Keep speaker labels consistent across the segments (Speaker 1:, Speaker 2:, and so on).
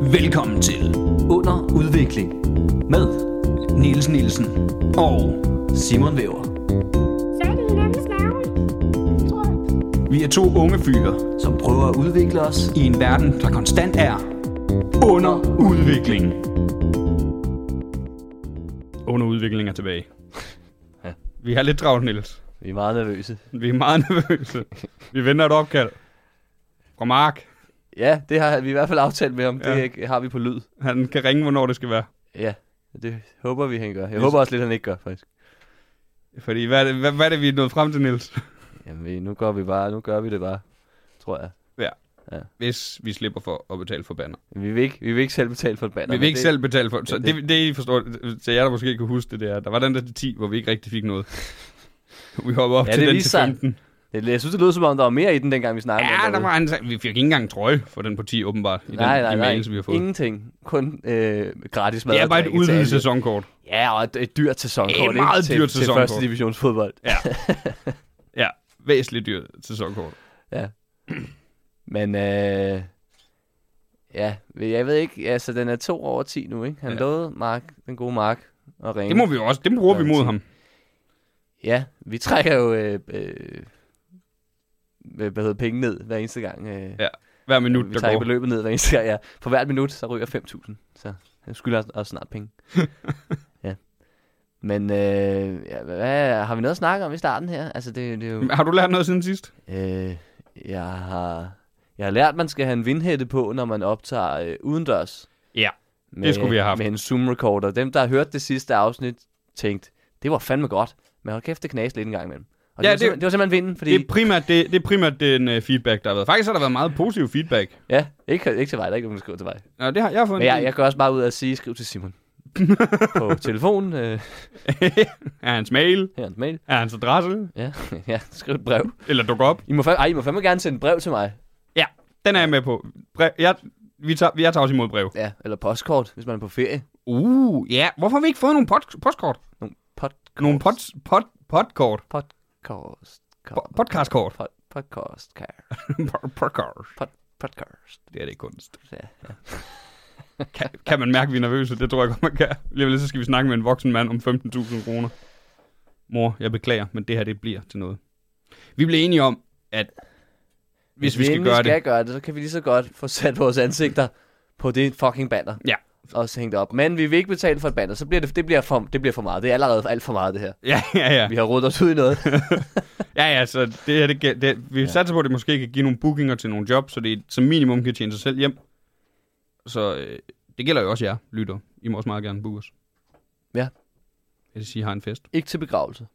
Speaker 1: Velkommen til Under Udvikling med Niels Nielsen og Simon Væver.
Speaker 2: Så er det hinandens navn. Tror jeg.
Speaker 1: Vi er to unge fyre
Speaker 3: som prøver at udvikle os.
Speaker 1: i en verden, der konstant er under udvikling. Under udvikling er tilbage.
Speaker 3: Ja.
Speaker 1: Vi har lidt travlt, Niels.
Speaker 3: Vi er meget nervøse.
Speaker 1: Vi er meget nervøse. Vi venter et opkald fra Mark.
Speaker 3: Ja, det har vi i hvert fald aftalt med ham.
Speaker 1: Ja.
Speaker 3: Ja. Det har vi på lyd.
Speaker 1: Han kan ringe, hvornår det skal være.
Speaker 3: Ja, det håber vi, han gør. Jeg håber også lidt, han ikke gør, faktisk.
Speaker 1: Fordi hvad er det, hvad, hvad er det vi er nået frem til, Niels?
Speaker 3: Jamen, vi- nu går vi bare, nu gør vi det bare, tror jeg.
Speaker 1: Hvis vi slipper for at betale for banner.
Speaker 3: Vi vil ikke, vi vil ikke selv betale for et banner.
Speaker 1: Vi vil
Speaker 3: men
Speaker 1: ikke
Speaker 3: det,
Speaker 1: selv betale for det. Så
Speaker 3: det-
Speaker 1: det, det, I forstår, til jer, der måske kan huske det, det er, der var den der til 10, hvor vi ikke rigtig fik noget. Vi hopper op
Speaker 3: Ja,
Speaker 1: til
Speaker 3: det er
Speaker 1: den
Speaker 3: lige
Speaker 1: til
Speaker 3: sandt.
Speaker 1: 15.
Speaker 3: Det, jeg synes, det lød som om, der var mere i den, dengang vi snakkede om
Speaker 1: Ja,
Speaker 3: den
Speaker 1: der
Speaker 3: derude.
Speaker 1: var en, sag- vi fik ikke engang en trøje for den på 10, åbenbart, i
Speaker 3: Nej,
Speaker 1: den
Speaker 3: nej,
Speaker 1: de
Speaker 3: nej.
Speaker 1: mails, vi har fået. Ingen
Speaker 3: Ingenting. Kun øh, gratis mad.
Speaker 1: det er
Speaker 3: og
Speaker 1: bare et
Speaker 3: drikke til alle.
Speaker 1: udvidet sæsonkort.
Speaker 3: Ja, og et, et dyrt sæsonkort.
Speaker 1: Et
Speaker 3: ikke?
Speaker 1: meget
Speaker 3: til,
Speaker 1: dyrt
Speaker 3: Til
Speaker 1: sæsonkort.
Speaker 3: første divisionsfodbold.
Speaker 1: Ja. ja, væsentligt dyrt sæsonkort.
Speaker 3: Men øh, ja, jeg ved ikke, altså den er to over ti nu, ikke? Han
Speaker 1: Ja.
Speaker 3: ja. lovede Mark, den gode Mark, at ringe.
Speaker 1: Det må vi jo også, det bruger vi mod ham.
Speaker 3: Ja, vi trækker jo, øh, øh, hvad hvad hedder penge ned hver eneste gang. Øh, ja,
Speaker 1: Hver minut,
Speaker 3: vi
Speaker 1: der
Speaker 3: trækker
Speaker 1: går.
Speaker 3: beløbet ned hver eneste gang, ja. For hvert minut, så ryger 5.000, så jeg skylder os- os snart penge. ja. Men øh, ja, hvad, har vi noget at snakke om i starten her? Altså, det, det er jo...
Speaker 1: Har du lært noget siden sidst?
Speaker 3: Øh, jeg har... Jeg har lært, at man skal have en vindhætte på, når man optager øh, udendørs.
Speaker 1: Ja,
Speaker 3: med,
Speaker 1: skulle vi have haft.
Speaker 3: Med en Zoom-recorder. Dem, der har hørt det sidste afsnit, tænkte, det var fandme godt. Men hold kæft, det knas lidt en gang imellem. Og
Speaker 1: Ja,
Speaker 3: ja, det, var
Speaker 1: det-
Speaker 3: simpelthen- det, var simpelthen vinden, fordi...
Speaker 1: Det er primært, det, det er primært den uh, feedback, der har været. Faktisk har der været meget positiv feedback.
Speaker 3: ja, ikke, ikke til mig. Der er ikke nogen, der skriver til mig.
Speaker 1: Nå, det har jeg har fået.
Speaker 3: Men jeg,
Speaker 1: en-
Speaker 3: jeg gør også bare ud af at sige, skriv til Simon. på telefonen, øh,
Speaker 1: er hans mail?
Speaker 3: her er en mail.
Speaker 1: Er hans adresse?
Speaker 3: Ja, ja, skriv et brev.
Speaker 1: Eller dukker op?
Speaker 3: I må, fa- ej, I må fandme gerne sende et brev til mig.
Speaker 1: Ja, den er jeg med på. Brev, jeg, vi tager, jeg tager også imod brev.
Speaker 3: Ja, eller postkort, hvis man er på ferie.
Speaker 1: Uh, ja. Hvorfor har vi ikke fået nogle pod, postkort?
Speaker 3: Nogle podcast.
Speaker 1: Nogle pod, pod, podkort.
Speaker 3: Podcast.
Speaker 1: Po- podcastkort.
Speaker 3: Pod, podcast. Car.
Speaker 1: Pod- podkort.
Speaker 3: Pod, podcast.
Speaker 1: Det er det kunst.
Speaker 3: Ja, ja.
Speaker 1: Kan, kan man mærke, at vi er nervøse? Det tror jeg godt, man kan. Lige om lidt, så skal vi snakke med en voksen mand om 15.000 kroner. Mor, jeg beklager, men det her, det bliver til noget. Vi blev enige om, at hvis vi skal
Speaker 3: endelig
Speaker 1: gøre
Speaker 3: skal
Speaker 1: det...
Speaker 3: gøre det, så kan vi lige så godt få sat vores ansigter på det fucking banner.
Speaker 1: Ja.
Speaker 3: Og så hænge det op. Men vi vil ikke betale for et banner, så bliver det, det, bliver for, det bliver for meget. Det er allerede alt for meget, det her.
Speaker 1: Ja, ja, ja.
Speaker 3: Vi har rodet os ud i noget.
Speaker 1: Ja, ja, så det her, det, gæ- det, vi ja. satser på, at det måske kan give nogle bookinger til nogle jobs, så det som minimum kan tjene sig selv hjem. Så øh, det gælder jo også jer, lytter. I må også meget gerne booke os.
Speaker 3: Ja.
Speaker 1: Hvis I har en fest.
Speaker 3: ikke til begravelse.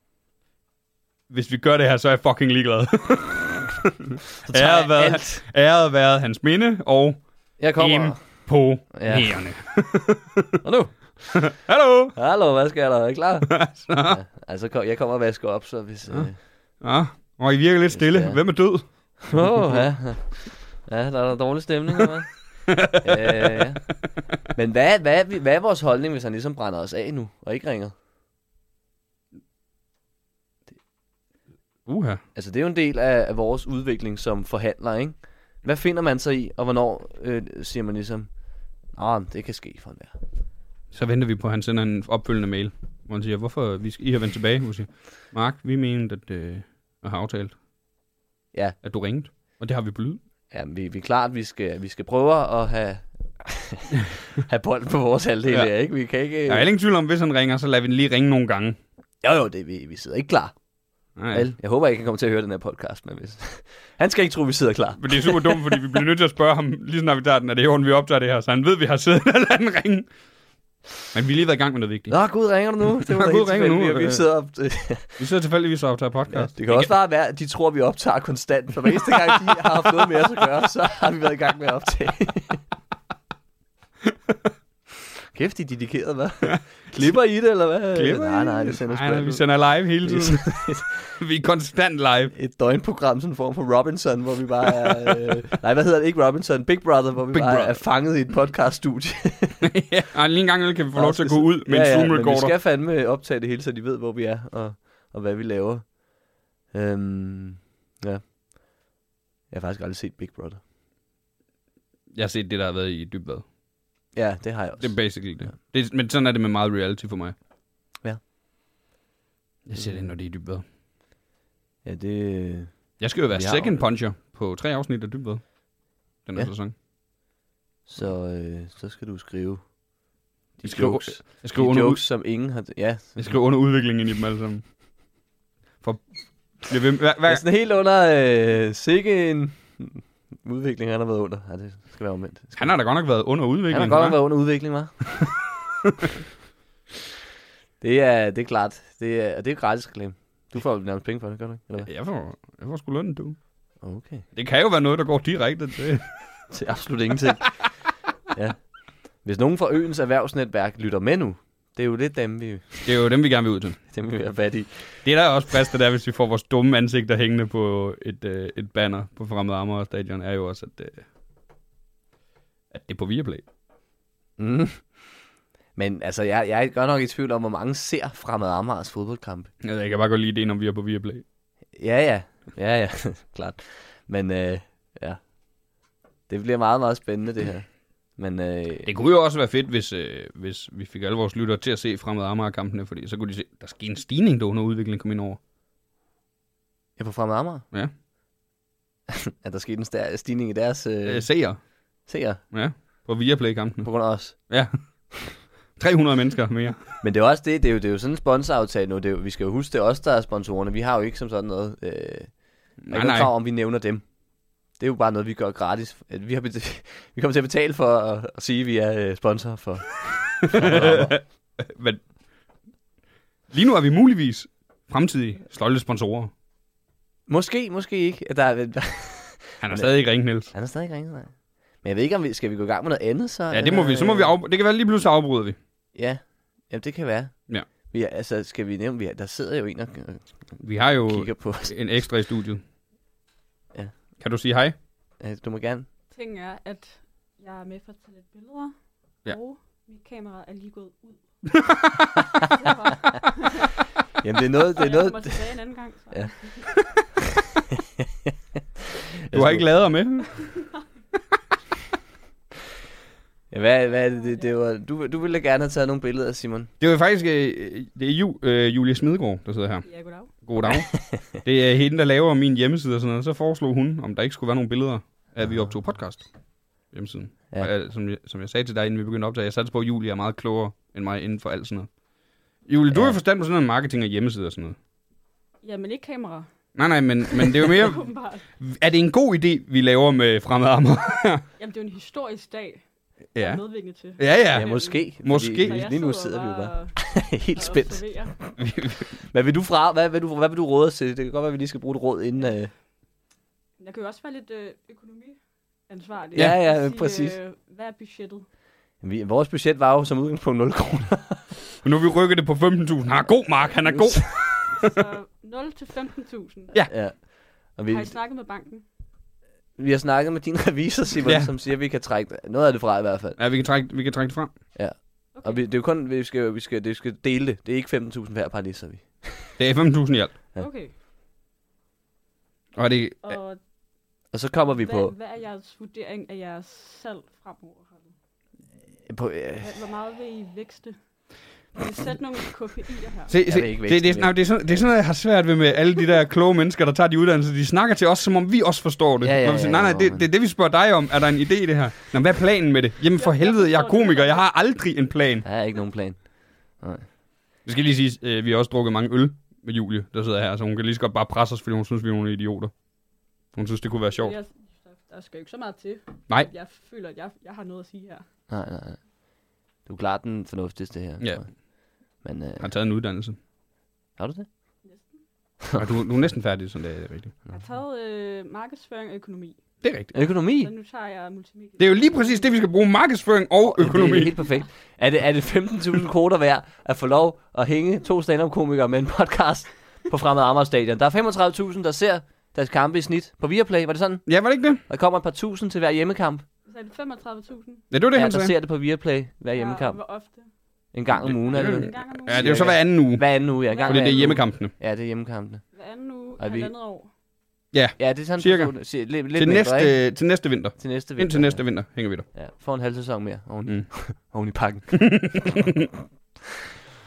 Speaker 1: Hvis vi gør det her, så er jeg fucking ligeglad.
Speaker 3: Så
Speaker 1: Ære
Speaker 3: tager jeg
Speaker 1: været-
Speaker 3: alt.
Speaker 1: Æret været hans minde og
Speaker 3: Jeg kommer.
Speaker 1: på
Speaker 3: Ja.
Speaker 1: ja. nærende.
Speaker 3: Og nu.
Speaker 1: Hallo!
Speaker 3: Hallo, hvad skal jeg der? Er I klar? ja, altså, kom, jeg kommer og vasker op, så hvis... Øh...
Speaker 1: Ja. Ah, Og I virker lidt stille.
Speaker 3: det er.
Speaker 1: Hvem er død?
Speaker 3: Åh, ja. Ja, der er da dårlig stemning, eller hvad? øh, ja. Men hvad, hvad, er vi- hvad er vores holdning, hvis han ligesom brænder os af nu, og ikke ringer?
Speaker 1: Uha.
Speaker 3: Altså, det er jo en del af, af vores udvikling som forhandler, ikke? Hvad finder man sig i, og hvornår øh, siger man ligesom, Nå, men det kan ske for enhver.
Speaker 1: Så venter vi på, at han sender en opfølgende mail, hvor han siger, hvorfor vi skal, I har vendt tilbage. Hun siger, Mark, vi mente, at øh, jeg har aftalt,
Speaker 3: Ja. Øh.
Speaker 1: at du ringede. Og det har vi på lyd.
Speaker 3: Ja, men vi, vi er klart, vi skal, vi skal prøve at have, have bolden på vores halvdel
Speaker 1: Ja.
Speaker 3: ja. her, ikke? Vi kan ikke...
Speaker 1: Jeg er heller ingen tvivl om, hvis han ringer, så lader vi den lige ringe nogle gange.
Speaker 3: Jo, jo, det, vi, vi sidder ikke klar.
Speaker 1: Nej.
Speaker 3: Ja. Jeg håber ikke, han kommer til at høre den her podcast, men hvis... han skal ikke tro, vi sidder klar.
Speaker 1: Men det er super dumt, fordi vi bliver nødt til at spørge ham, lige snart vi tager den, er det i orden, vi optager det her, så han ved, vi har siddet og ladet den ringe. Men vi er lige været i gang med noget vigtigt.
Speaker 3: Nå, Gud, ringer du nu? Det
Speaker 1: Gud,
Speaker 3: var da helt
Speaker 1: ringer du nu?
Speaker 3: tilfældigt, at Vi sidder op...
Speaker 1: Vi sidder tilfældigvis og optager podcast.
Speaker 3: Ja, det kan også bare være, at de tror, at vi optager konstant, for hver eneste gang, de har haft noget med os at gøre, så har vi været i gang med at optage. Kæft, de er dedikerede, hvad? Klipper I det, eller hvad?
Speaker 1: Klipper
Speaker 3: nej,
Speaker 1: I?
Speaker 3: nej, vi sender
Speaker 1: Øh, nej, nej, vi
Speaker 3: sgu
Speaker 1: sender live hele
Speaker 3: Vi
Speaker 1: tiden. vi er konstant live.
Speaker 3: et døgnprogram, sådan en form for Robinson, hvor vi bare er... Øh, nej, hvad hedder det? Ikke Robinson, Big Brother, hvor vi
Speaker 1: Big
Speaker 3: bare
Speaker 1: Brother.
Speaker 3: er fanget i et podcaststudie.
Speaker 1: ja, og lige en gang imellem kan vi få lov til at gå ud med
Speaker 3: ja,
Speaker 1: en
Speaker 3: ja, men vi
Speaker 1: Zoom-recorder.
Speaker 3: skal fandme optage det hele, så de ved, hvor vi er og, og hvad vi laver. Øhm, ja. Jeg har faktisk aldrig set Big Brother.
Speaker 1: Jeg har set det, der har været i Dybvad.
Speaker 3: Ja, det har jeg også.
Speaker 1: Det er basically det. det er, men sådan er det med meget reality for mig.
Speaker 3: Ja.
Speaker 1: Jeg ser det, når det er dybt bedre.
Speaker 3: Ja, det...
Speaker 1: Jeg skal jo være
Speaker 3: Vi har
Speaker 1: second
Speaker 3: jo-
Speaker 1: puncher på tre afsnit af dybt bedre. Den her
Speaker 3: Ja.
Speaker 1: sæson.
Speaker 3: Så, øh, så skal du skrive de
Speaker 1: Jeg skriver-
Speaker 3: jokes,
Speaker 1: Jeg skriver,
Speaker 3: de
Speaker 1: under,
Speaker 3: jokes som ingen har... Ja,
Speaker 1: jeg skriver under udviklingen i dem alle sammen. For... Jeg ved, hver,
Speaker 3: Hver...
Speaker 1: hver,
Speaker 3: Jeg er sådan helt under øh, sikke en udvikling, han har været under. Nej, det skal være omvendt. Det Skal...
Speaker 1: han har da godt nok været under udviklingen.
Speaker 3: han har godt nok
Speaker 1: hva'?
Speaker 3: været under udvikling, hva'? det, er, det er klart. Det er, og det er gratis reklame. Du får nærmest penge for det, gør du ikke? Eller hvad?
Speaker 1: Jeg får, jeg får sgu løn, du.
Speaker 3: Okay.
Speaker 1: Det kan jo være noget, der går direkte til.
Speaker 3: Til absolut ingenting. ja. Hvis nogen fra øens erhvervsnetværk lytter med nu, det er jo lidt dem, vi,
Speaker 1: Det er jo dem, vi gerne vil ud til.
Speaker 3: dem, vi er fat i.
Speaker 1: Det er der også plads til, der, hvis vi får vores dumme ansigter hængende på et, øh, et banner på Fremad Amager Stadion, er jo også, at, øh, at det er på Viaplay.
Speaker 3: Mm. Men altså, jeg, jeg er godt nok i tvivl om, hvor mange ser fremad Amagers fodboldkamp.
Speaker 1: Jeg, ved, Altså, jeg kan bare godt lide det, når vi er på Viaplay.
Speaker 3: Ja, ja. Ja, ja. Klart. Men øh, ja. Det bliver meget, meget spændende, det her. Men øh,
Speaker 1: Det kunne jo også være fedt, hvis, øh, hvis vi fik alle vores lyttere til at se Fremad Amager-kampene, fordi så kunne de se, der skete en stigning, der under udviklingen kom ind over.
Speaker 3: jeg på fremad Amager.
Speaker 1: Ja.
Speaker 3: At der skete en stær- stigning i deres
Speaker 1: Øh,
Speaker 3: øh,
Speaker 1: seere,
Speaker 3: seere
Speaker 1: ja, på Viaplay-kampene.
Speaker 3: på grund af os.
Speaker 1: Ja. 300 mennesker mere.
Speaker 3: Men det er også det, det er jo, det er jo sådan en sponsoraftale nu. Det er jo, vi skal jo huske, det er os, der er sponsorerne. Vi har jo ikke som sådan noget... Øh, nej,
Speaker 1: Nej,
Speaker 3: nej.
Speaker 1: nej.
Speaker 3: Krav, om vi nævner dem. Det er jo bare noget, vi gør gratis. At Vi, har bet- vi kommer til at betale for at, at sige, at vi er øh, sponsor for... Fremad Amager.
Speaker 1: Men lige nu er vi muligvis fremtidige stolte sponsorer.
Speaker 3: måske, måske ikke. At Der er,
Speaker 1: Han har stadig ikke ringet, Niels.
Speaker 3: Han er stadig ikke ringet, nej. Men jeg ved ikke, om vi skal vi gå i gang med noget andet, så... øh,
Speaker 1: Ja, det må vi. Så må vi af... Det kan være lige pludselig afbryder vi.
Speaker 3: Ja, Jamen, det kan være.
Speaker 1: Ja.
Speaker 3: Vi, er- altså, skal vi nævne... Vi er, der sidder jo en og
Speaker 1: Vi har jo
Speaker 3: og kigger på os.
Speaker 1: en ekstra i studiet.
Speaker 3: Ja.
Speaker 1: Kan du sige hej?
Speaker 3: Ja, Du må gerne...
Speaker 4: Ting er, at jeg er med for at tage lidt billeder,
Speaker 1: Ja.
Speaker 4: ja. og mit kamera er lige gået ud.
Speaker 3: Jamen, det er noget...
Speaker 4: Så
Speaker 3: Det
Speaker 4: jeg
Speaker 3: er noget
Speaker 4: kommer tilbage en anden gang. Så.
Speaker 3: Ja.
Speaker 4: Ja.
Speaker 1: Du har ikke lader med.
Speaker 3: Ja, hvad, hvad er det? det, det var, du, du ville gerne have taget nogle billeder, Simon.
Speaker 1: Det er faktisk øh, det er Ju, øh, Julie Smidegaard, der sidder her.
Speaker 4: ja, goddag.
Speaker 1: God dag. det er hende, der laver min hjemmeside og sådan noget. Så foreslog hun, om der ikke skulle være nogle billeder, at vi optog podcast hjemmesiden.
Speaker 3: Ah. Ja.
Speaker 1: Ja. Og, øh, som, jeg, som jeg sagde til dig, inden vi begyndte at optage, jeg satte på, at Julie er meget klogere end mig inden for alt sådan noget. Julie, du
Speaker 3: Ja.
Speaker 1: har jo forstand på sådan noget marketing og hjemmeside og sådan noget.
Speaker 4: Jamen ikke kamera,
Speaker 1: Nej, nej, men, men det er jo mere...
Speaker 4: åbenbart.
Speaker 1: er det en god idé, vi laver med fremadammer?
Speaker 4: Jamen det er jo en historisk dag, ja. jeg
Speaker 1: ja.
Speaker 4: er medvirkende til.
Speaker 1: Ja,
Speaker 3: Ja,
Speaker 1: ja.
Speaker 3: ja måske.
Speaker 1: Måske.
Speaker 4: Så
Speaker 3: Fordi,
Speaker 4: jeg
Speaker 3: lige nu sidder vi jo bare
Speaker 4: og-
Speaker 3: helt
Speaker 4: og
Speaker 3: spændt.
Speaker 4: observerer.
Speaker 3: Hvad vil du fra? Hvad vil du, hvad vil du råde os til? Det kan godt være, at vi lige skal bruge et råd inden... Øh,
Speaker 4: Jeg kan jo også være lidt øh, økonomiansvarlig.
Speaker 3: Ja, ja,
Speaker 4: Og sige,
Speaker 3: præcis.
Speaker 4: Øh, hvad er budgettet?
Speaker 3: vi, vores budget var jo som udgangspunkt 0 kroner.
Speaker 1: Men nu har vi rykket det på 15.000. Han er god, Mark. Han er god.
Speaker 4: Så 0 til 15.000.
Speaker 1: Ja.
Speaker 3: Ja. Og
Speaker 4: Vi...
Speaker 3: vi,
Speaker 4: Har I snakket med banken?
Speaker 3: vi har snakket med din revisor, Simon, ja.
Speaker 1: Ja.
Speaker 3: som siger, at vi kan trække noget af det fra i hvert fald.
Speaker 1: Ja, vi kan trække, vi kan trække det frem.
Speaker 4: Okay.
Speaker 3: Og vi, det er jo kun, vi skal, vi skal, det skal dele det. Det er ikke 15.000 hver par så vi.
Speaker 1: Det er 15.000 i alt.
Speaker 3: Ja.
Speaker 4: okay.
Speaker 1: Og det,
Speaker 4: Og
Speaker 3: Og så kommer vi
Speaker 4: hvad,
Speaker 3: på...
Speaker 4: hvad er jeres vurdering af jeres salg fremover?
Speaker 3: på øh,
Speaker 4: Hvad- Hvor meget vil I vækste? Vil I sætte nogle KPI'er her?
Speaker 1: se, se,
Speaker 3: vil ikke
Speaker 1: det,
Speaker 3: vækste
Speaker 1: det, det,
Speaker 3: mere.
Speaker 1: nej, det, er sådan, det er sådan noget, jeg har svært ved med alle de der kloge mennesker, der tager de uddannelser. De snakker til os, som om vi også forstår det.
Speaker 3: Ja, ja,
Speaker 1: Når vi siger,
Speaker 3: ja,
Speaker 1: nej, nej,
Speaker 3: ja,
Speaker 1: det,
Speaker 3: men-
Speaker 1: det er det, vi spørger dig om. Er der en idé i det her? Nå, hvad er planen med det? Jamen for
Speaker 4: Ja, jeg
Speaker 1: helvede, jeg er
Speaker 4: forstår det.
Speaker 1: komiker. Jeg har aldrig en plan.
Speaker 3: der er ikke nogen plan.
Speaker 1: Vi skal lige sige, øh, vi har også drukket mange øl med Julie, der sidder her. Så hun kan lige så godt bare presse os, fordi hun synes, vi er nogle idioter. Hun synes, det kunne være sjovt.
Speaker 4: Jeg, der skal jo ikke så meget til.
Speaker 1: Nej.
Speaker 4: Jeg føler, at jeg, jeg har noget at sige her.
Speaker 3: Nej, nej, nej. Du er klart den fornuftigste her.
Speaker 1: Ja.
Speaker 3: tror jeg. Men øh,
Speaker 1: Jeg har taget en uddannelse.
Speaker 3: har du det?
Speaker 4: Næsten.
Speaker 1: Og du, du er næsten færdig, sådan det er rigtigt.
Speaker 4: Jeg har taget øh, markedsføring og økonomi.
Speaker 1: Det er rigtigt.
Speaker 3: Økonomi?
Speaker 4: Så nu tager jeg multimedia.
Speaker 1: Det er jo lige præcis det, vi skal bruge. Markedsføring og
Speaker 3: Det
Speaker 1: økonomi.
Speaker 3: er helt perfekt. Er det, er det 15.000 kroner værd at få lov at hænge to stand-up-komikere med en podcast på Fremad Amager Stadion? Der er 35.000, der ser deres kampe i snit på Viaplay. Var det sådan?
Speaker 1: Ja, var det ikke det?
Speaker 3: Der kommer et par tusind til hver hjemmekamp.
Speaker 4: Så er det 35.000.
Speaker 1: Ja, det var det,
Speaker 3: Ja,
Speaker 1: han
Speaker 3: der
Speaker 1: sagde.
Speaker 3: ser det på Viaplay hver
Speaker 4: Og
Speaker 3: hjemmekamp.
Speaker 4: Hvor ofte?
Speaker 3: En gang om ugen. Er det,
Speaker 4: En
Speaker 3: vel?
Speaker 4: gang om ugen.
Speaker 1: Ja, det er jo så hver anden uge.
Speaker 3: hver anden uge, ja. En gang
Speaker 1: Fordi
Speaker 3: hver
Speaker 1: det er
Speaker 3: anden uge.
Speaker 1: hjemmekampene.
Speaker 3: Ja, det er hjemmekampene.
Speaker 4: Hver anden uge,
Speaker 3: Ej, vi-
Speaker 4: halvandet år.
Speaker 1: Ja,
Speaker 3: Ja, det er sådan,
Speaker 1: Cirka.
Speaker 3: du så det. Cir- lidt, lidt
Speaker 1: til,
Speaker 3: mindre, ikke?
Speaker 1: næste, til næste vinter.
Speaker 3: til næste vinter.
Speaker 1: Indtil næste vinter hænger vi der.
Speaker 3: Ja, får en halv sæson mere oven,
Speaker 1: Mm.
Speaker 3: mm. oven i pakken.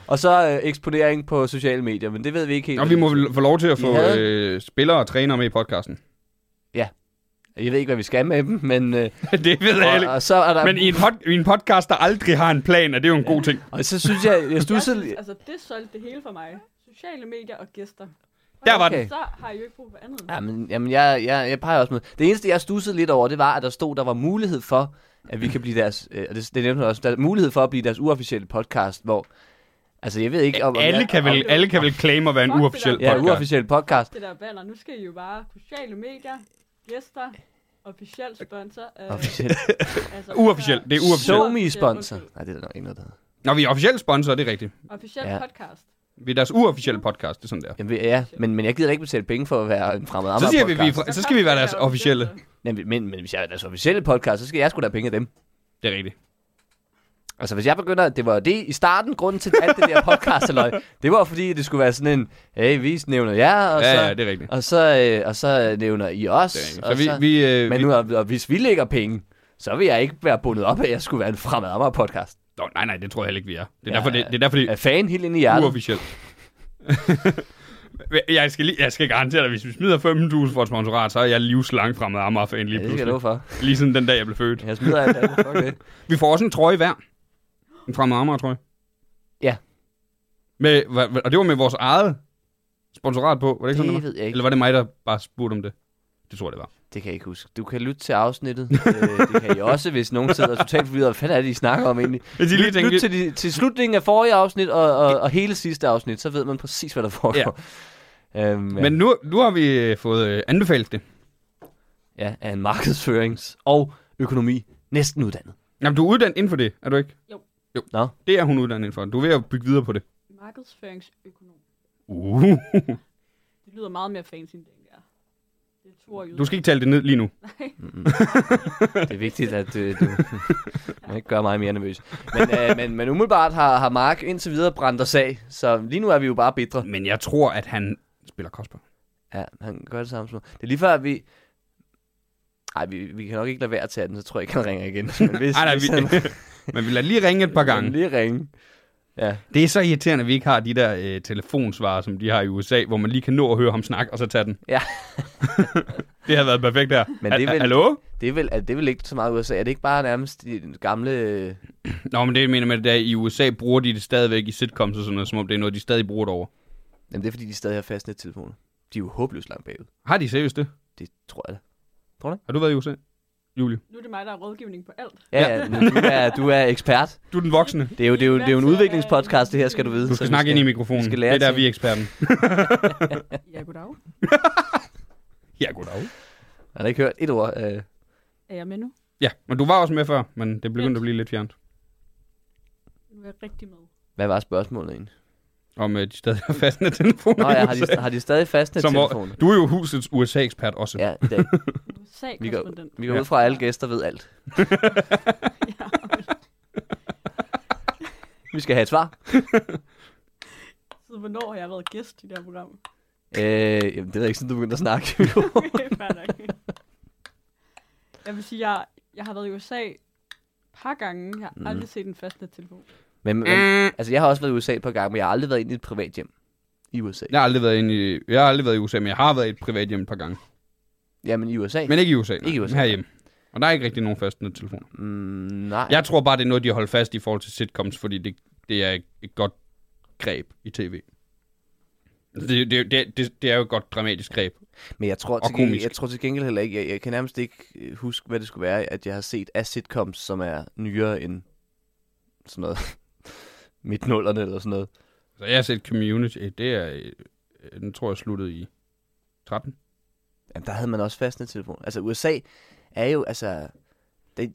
Speaker 3: og så øh, eksponering på sociale medier, men det ved vi ikke helt.
Speaker 1: Og vi må vel få lov til at
Speaker 3: I
Speaker 1: få
Speaker 3: havde-
Speaker 1: øh, spillere og trænere med i podcasten.
Speaker 3: Jeg ved ikke, hvad vi skal med dem, men... Øh,
Speaker 1: det ved jeg
Speaker 3: og,
Speaker 1: ikke.
Speaker 3: og, så er der,
Speaker 1: Men i en, pod- i en podcast, der aldrig har en plan, er det jo en god ting.
Speaker 3: og så synes jeg, jeg
Speaker 4: Jeg synes,
Speaker 3: stussede...
Speaker 4: altså, det solgte det hele for mig. Sociale medier og gæster.
Speaker 1: Der var
Speaker 3: Okay.
Speaker 1: den.
Speaker 4: Så har jeg jo ikke brug for andet. Ja.
Speaker 3: Jamen, jamen jeg, jeg, jeg peger også med. Det eneste, jeg stussede lidt over, det var, at der stod, der var mulighed for, at vi kan blive deres... Øh, og det, det nævnte hun også. Der er mulighed for at blive deres uofficielle podcast, hvor... Altså, jeg ved ikke... Om, om
Speaker 1: Alle
Speaker 3: jeg,
Speaker 1: kan vel, alle kan vel claim at være en
Speaker 4: Fuck, det
Speaker 1: uofficiel
Speaker 4: der-
Speaker 3: Ja,
Speaker 1: podcast.
Speaker 3: uofficiel podcast.
Speaker 4: Det der banner, nu skal I jo bare sociale medier, gæster, officiel sponsor. Øh,
Speaker 3: Officiel.
Speaker 4: altså,
Speaker 1: Uofficiel, det er uofficiel.
Speaker 4: Så-
Speaker 3: Somi-sponsor. Nej, det er der nok ikke noget, der hedder.
Speaker 1: Når vi er officielle sponsorer, det er rigtigt.
Speaker 4: Officiel
Speaker 3: Ja.
Speaker 4: ja. podcast.
Speaker 1: Vi er deres uofficielle podcast, det er sådan der.
Speaker 3: Jamen, ja, men, men jeg gider da ikke betale penge for at være en fremmed
Speaker 1: Så siger vi, vi er
Speaker 3: podcast.
Speaker 1: fra- så skal vi være deres officielle.
Speaker 3: Men, men, men hvis jeg er deres officielle podcast, så skal jeg sgu da have penge af dem.
Speaker 1: Det er rigtigt.
Speaker 3: Altså, hvis jeg begynder, det var det i starten, grunden til alt det der podcast det var fordi, det skulle være sådan en, hey, vi nævner jer, og
Speaker 1: Ja,
Speaker 3: så,
Speaker 1: ja, det er rigtigt.
Speaker 3: og så, øh, og så nævner I os.
Speaker 1: Det er rigtigt.
Speaker 3: og
Speaker 1: Så vi, vi, øh,
Speaker 3: men
Speaker 1: vi,
Speaker 3: nu, og, og hvis vi lægger penge, så vil jeg ikke være bundet op af, at jeg skulle være en fremmed Amager podcast.
Speaker 1: Nå, nej, nej, det tror jeg heller ikke, vi er. Det er
Speaker 3: Ja,
Speaker 1: derfor, det, det er derfor, det
Speaker 3: Er fan helt ind i
Speaker 1: er
Speaker 3: hjertet?
Speaker 1: uofficielt. jeg, skal lige, jeg skal garantere dig, hvis vi smider 15.000 for et sponsorat, så er jeg livslang fremad Amager-fan
Speaker 3: ja,
Speaker 1: lige
Speaker 3: det skal
Speaker 1: pludselig.
Speaker 3: jeg love for.
Speaker 1: Lige siden den dag, jeg blev født.
Speaker 3: Jeg smider alt andet. Fuck det.
Speaker 1: Vi får også en trøje hver. En fremad Amager-trøje.
Speaker 3: Ja.
Speaker 1: Med, hva- hva- og det var med vores eget sponsorat på. Var det ikke sådan,
Speaker 3: Det
Speaker 1: var?
Speaker 3: ved jeg ikke.
Speaker 1: Eller var det mig, der bare spurgte om det? Det tror jeg, det var.
Speaker 3: Det kan jeg ikke huske. Du kan lytte til afsnittet. øh, det kan I også, hvis nogen sidder totalt forvirret. Hvad fanden er det, I snakker om egentlig?
Speaker 1: Hvis I lige
Speaker 3: Lyt,
Speaker 1: tænker,
Speaker 3: lyt til, de, til slutningen af forrige afsnit og, og, og hele sidste afsnit, så ved man præcis, hvad der foregår. Ja. Øhm,
Speaker 1: men nu, nu har vi øh, fået øh, anbefalet det.
Speaker 3: ja, er en markedsførings- og økonomi næsten uddannet.
Speaker 1: Jamen, du er uddannet inden for det, er du ikke?
Speaker 4: Jo.
Speaker 1: Jo.
Speaker 3: Nå.
Speaker 1: Det er hun uddannet inden for. Du er ved at bygge videre på det.
Speaker 4: Markedsføringsøkonom.
Speaker 1: Uh.
Speaker 4: Det lyder meget mere fancy, end det er. Det tror jeg
Speaker 1: Du skal ikke tale det ned lige nu.
Speaker 3: Det er vigtigt, at øh, du må ikke gøre mig mere nervøs. Men, øh, men, men umiddelbart har, har Mark indtil videre brændt os af, så lige nu er vi jo bare bitre.
Speaker 1: Men jeg tror, at han spiller Cosper.
Speaker 3: Ja, han gør det samme som Det er lige før, at vi... Nej, vi, vi kan nok ikke lade være til den, så tror jeg ikke, han ringer igen. Men hvis,
Speaker 1: Ej, nej,
Speaker 3: hvis
Speaker 1: vi,
Speaker 3: han-
Speaker 1: men vi lader lige ringe et par gange.
Speaker 3: Lige ringe. Ja,
Speaker 1: Det er så irriterende, at vi ikke har de der øh, telefonsvarer, som de har i USA, hvor man lige kan nå at høre ham snakke, og så tage den.
Speaker 3: Ja.
Speaker 1: det har været perfekt her.
Speaker 3: Men det er
Speaker 1: Ha-
Speaker 3: vel-
Speaker 1: Hallo?
Speaker 3: det er, vel, er det er vel ikke så meget USA. Er det ikke bare nærmest de gamle... øh,
Speaker 1: Nå, men det jeg mener med, det er, at i USA bruger de det stadigvæk i sitcoms og sådan noget, som om det er noget, de stadig bruger det over.
Speaker 3: Jamen, det er fordi, de stadig har fastnettelefoner. De er jo håbløst langt bagud.
Speaker 1: Har de seriøst det?
Speaker 3: Det tror jeg da.
Speaker 1: Har du været i USA? Julie.
Speaker 4: Nu er det mig, der er rådgivning på alt.
Speaker 3: Ja, ja, men du er, du er ekspert.
Speaker 1: Du er den voksne.
Speaker 3: Det er jo, det er jo, det er jo en udviklingspodcast, det her skal du vide.
Speaker 1: Du
Speaker 3: Så
Speaker 1: skal
Speaker 3: vi
Speaker 1: snakke ind i mikrofonen.
Speaker 3: vi skal
Speaker 1: Skal
Speaker 3: lære
Speaker 1: det er der,
Speaker 3: ting.
Speaker 1: vi er eksperten.
Speaker 4: Ja, goddag.
Speaker 1: Ja, goddag.
Speaker 3: Jeg har ikke hørt et ord. Øh,
Speaker 4: Er jeg med nu?
Speaker 1: Ja, men du var også med før, men det begyndte at blive lidt fjernt.
Speaker 4: Nu er jeg rigtig med.
Speaker 3: hvad var spørgsmålet egentlig?
Speaker 1: Om øh, de stadig har fastnet telefoner
Speaker 3: Nå
Speaker 1: i
Speaker 3: ja, har
Speaker 1: USA.
Speaker 3: de, har de stadig
Speaker 1: Som hvor-
Speaker 3: fastnettelefoner?
Speaker 1: Du er jo husets USA-ekspert også.
Speaker 3: Ja, i dag. Vi går,
Speaker 4: USA-korrespondent.
Speaker 3: vi går
Speaker 1: Ja.
Speaker 3: ud fra, at alle gæster ved alt. Vi skal have et svar.
Speaker 4: Så hvornår har jeg været gæst i det her program?
Speaker 3: Øh, jamen, det er ikke sådan, du begyndte at snakke.
Speaker 4: Okay, fair nok. jeg vil sige, jeg, jeg har været i USA et par gange. Jeg har
Speaker 1: Mhm.
Speaker 3: Mm.
Speaker 4: mm. aldrig set en fastnettelefon.
Speaker 3: men, men, altså, jeg har også været i USA på gang, men jeg har aldrig været inde i et privat hjem i USA.
Speaker 1: Jeg har aldrig været inde i, jeg har aldrig været i USA, men jeg har været i et privat hjem et par gange.
Speaker 3: Jamen i USA?
Speaker 1: Men ikke i USA. Nej.
Speaker 3: Ikke i USA.
Speaker 1: Herhjemme. Og der er ikke rigtig nogen fastnet telefoner.
Speaker 3: Mm, nej.
Speaker 1: Jeg tror bare, det er noget, de har holdt fast i forhold til sitcoms, fordi det, det er et godt greb i tv. Altså, Det, det, det, det, det er jo et godt dramatisk greb.
Speaker 3: Men jeg tror,
Speaker 1: Og
Speaker 3: til gengæld,
Speaker 1: komisk.
Speaker 3: jeg tror til gengæld heller ikke, jeg, jeg kan nærmest ikke øh, huske, hvad det skulle være, at jeg har set af sitcoms, som er nyere end sådan noget midt nullerne eller sådan noget.
Speaker 1: Så Altså, jeg har set Community, det er, øh, den tror jeg sluttede i 13.
Speaker 3: Jamen, der havde man også fastnettelefon. Altså USA er jo, altså, det,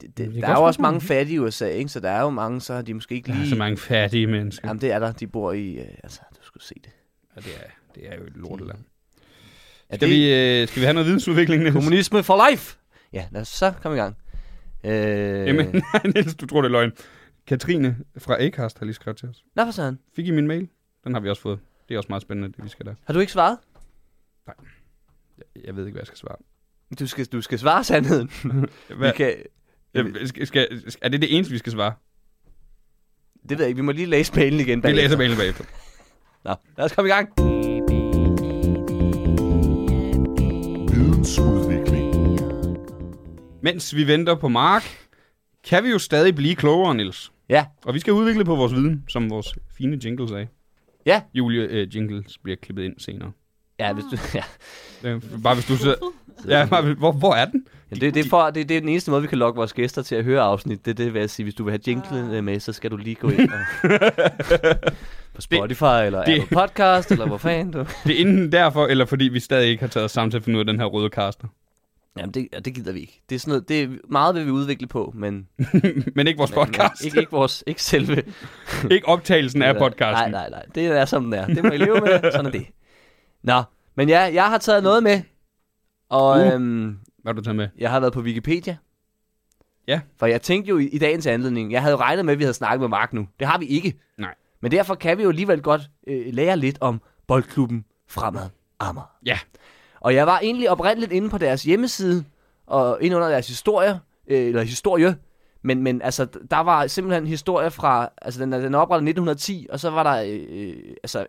Speaker 1: kan
Speaker 3: det, det, der
Speaker 1: godt
Speaker 3: er jo også
Speaker 1: spørgsmål.
Speaker 3: mange fattige i USA, ikke? så der er jo mange, så har de måske ikke
Speaker 1: Der er
Speaker 3: lige...
Speaker 1: så mange fattige mennesker.
Speaker 3: Jamen det er der, de bor i, øh, altså du skulle se det.
Speaker 1: Og det er, det er jo et lorteland.
Speaker 3: Er
Speaker 1: Skal,
Speaker 3: det
Speaker 1: vi, øh, skal vi have noget vidensudvikling, Niels?
Speaker 3: kommunisme for life? Ja, lad os så komme i gang. Øh,
Speaker 1: Jamen, nej, Niels, du tror, det er løgn. Katrine fra Acast har lige skrevet til os.
Speaker 3: Nå for søren,
Speaker 1: Fik I min mail? Den har vi også fået. Det er også meget spændende, det vi skal der.
Speaker 3: har du ikke svaret?
Speaker 1: Jeg ved ikke, hvad jeg skal svare.
Speaker 3: Du skal, du skal svare sandheden.
Speaker 1: Hvad?
Speaker 3: Vi kan,
Speaker 1: Jeg- øh, Skal, skal, skal, er det det eneste, vi skal svare?
Speaker 3: det ved jeg ikke, vi må lige læse mailen igen.
Speaker 1: Vi
Speaker 3: bagefter.
Speaker 1: læser mailen bagefter.
Speaker 3: Nå, lad os komme i gang.
Speaker 5: Vidensudvikling.
Speaker 1: Mens vi venter på Mark, kan vi jo stadig blive klogere, Nils.
Speaker 3: Ja.
Speaker 1: Og vi skal udvikle på vores viden, som vores fine jingle sagde.
Speaker 3: Ja.
Speaker 1: Julie øh, jingles bliver klippet ind senere.
Speaker 3: Ja, hvis du, ja.
Speaker 1: Øh, bare hvis du sidder... Ja, bare, hvis- hvor, hvor er den?
Speaker 3: Jamen, det, det, er for, det, det er den eneste måde, vi kan lokke vores gæster til at høre afsnit. Det er det, vil jeg sige. Hvis du vil have jinglen øh, med, så skal du lige gå ind og, på Spotify, det, eller
Speaker 1: det-
Speaker 3: det. Apple Podcast, eller hvor fanden du...
Speaker 1: Det er enten derfor, eller fordi vi stadig ikke har taget os sammen til at finde ud af den her røde kaster.
Speaker 3: Jamen, det, og det gider vi ikke. Det er sådan noget, det er meget, vil vi udvikle på, men...
Speaker 1: Men ikke vores podcast.
Speaker 3: Men, ikke, ikke, vores, ikke selve...
Speaker 1: Ikke optagelsen af podcasten.
Speaker 3: Nej, nej, nej. Det er, som den er. Det må I leve med. Sådan er det. Nå, men ja, jeg har taget noget med. Og
Speaker 1: Uh.
Speaker 3: øhm,
Speaker 1: Hvad har du taget med?
Speaker 3: jeg har været på Wikipedia.
Speaker 1: Øh. Ja.
Speaker 3: For jeg tænkte jo i, i dagens anledning, jeg havde jo regnet med, at vi havde snakket med Mark nu. Det har vi ikke.
Speaker 1: Nej.
Speaker 3: Men derfor kan vi jo alligevel godt øh, lære lidt om boldklubben Fremad Amager.
Speaker 1: Ja.
Speaker 3: Og jeg var egentlig oprindeligt inde på deres hjemmeside, og inde under deres historie, øh, eller historie, men, men altså, der var simpelthen historier fra, altså den, er- den er oprettet i 1910, og så var der øh, altså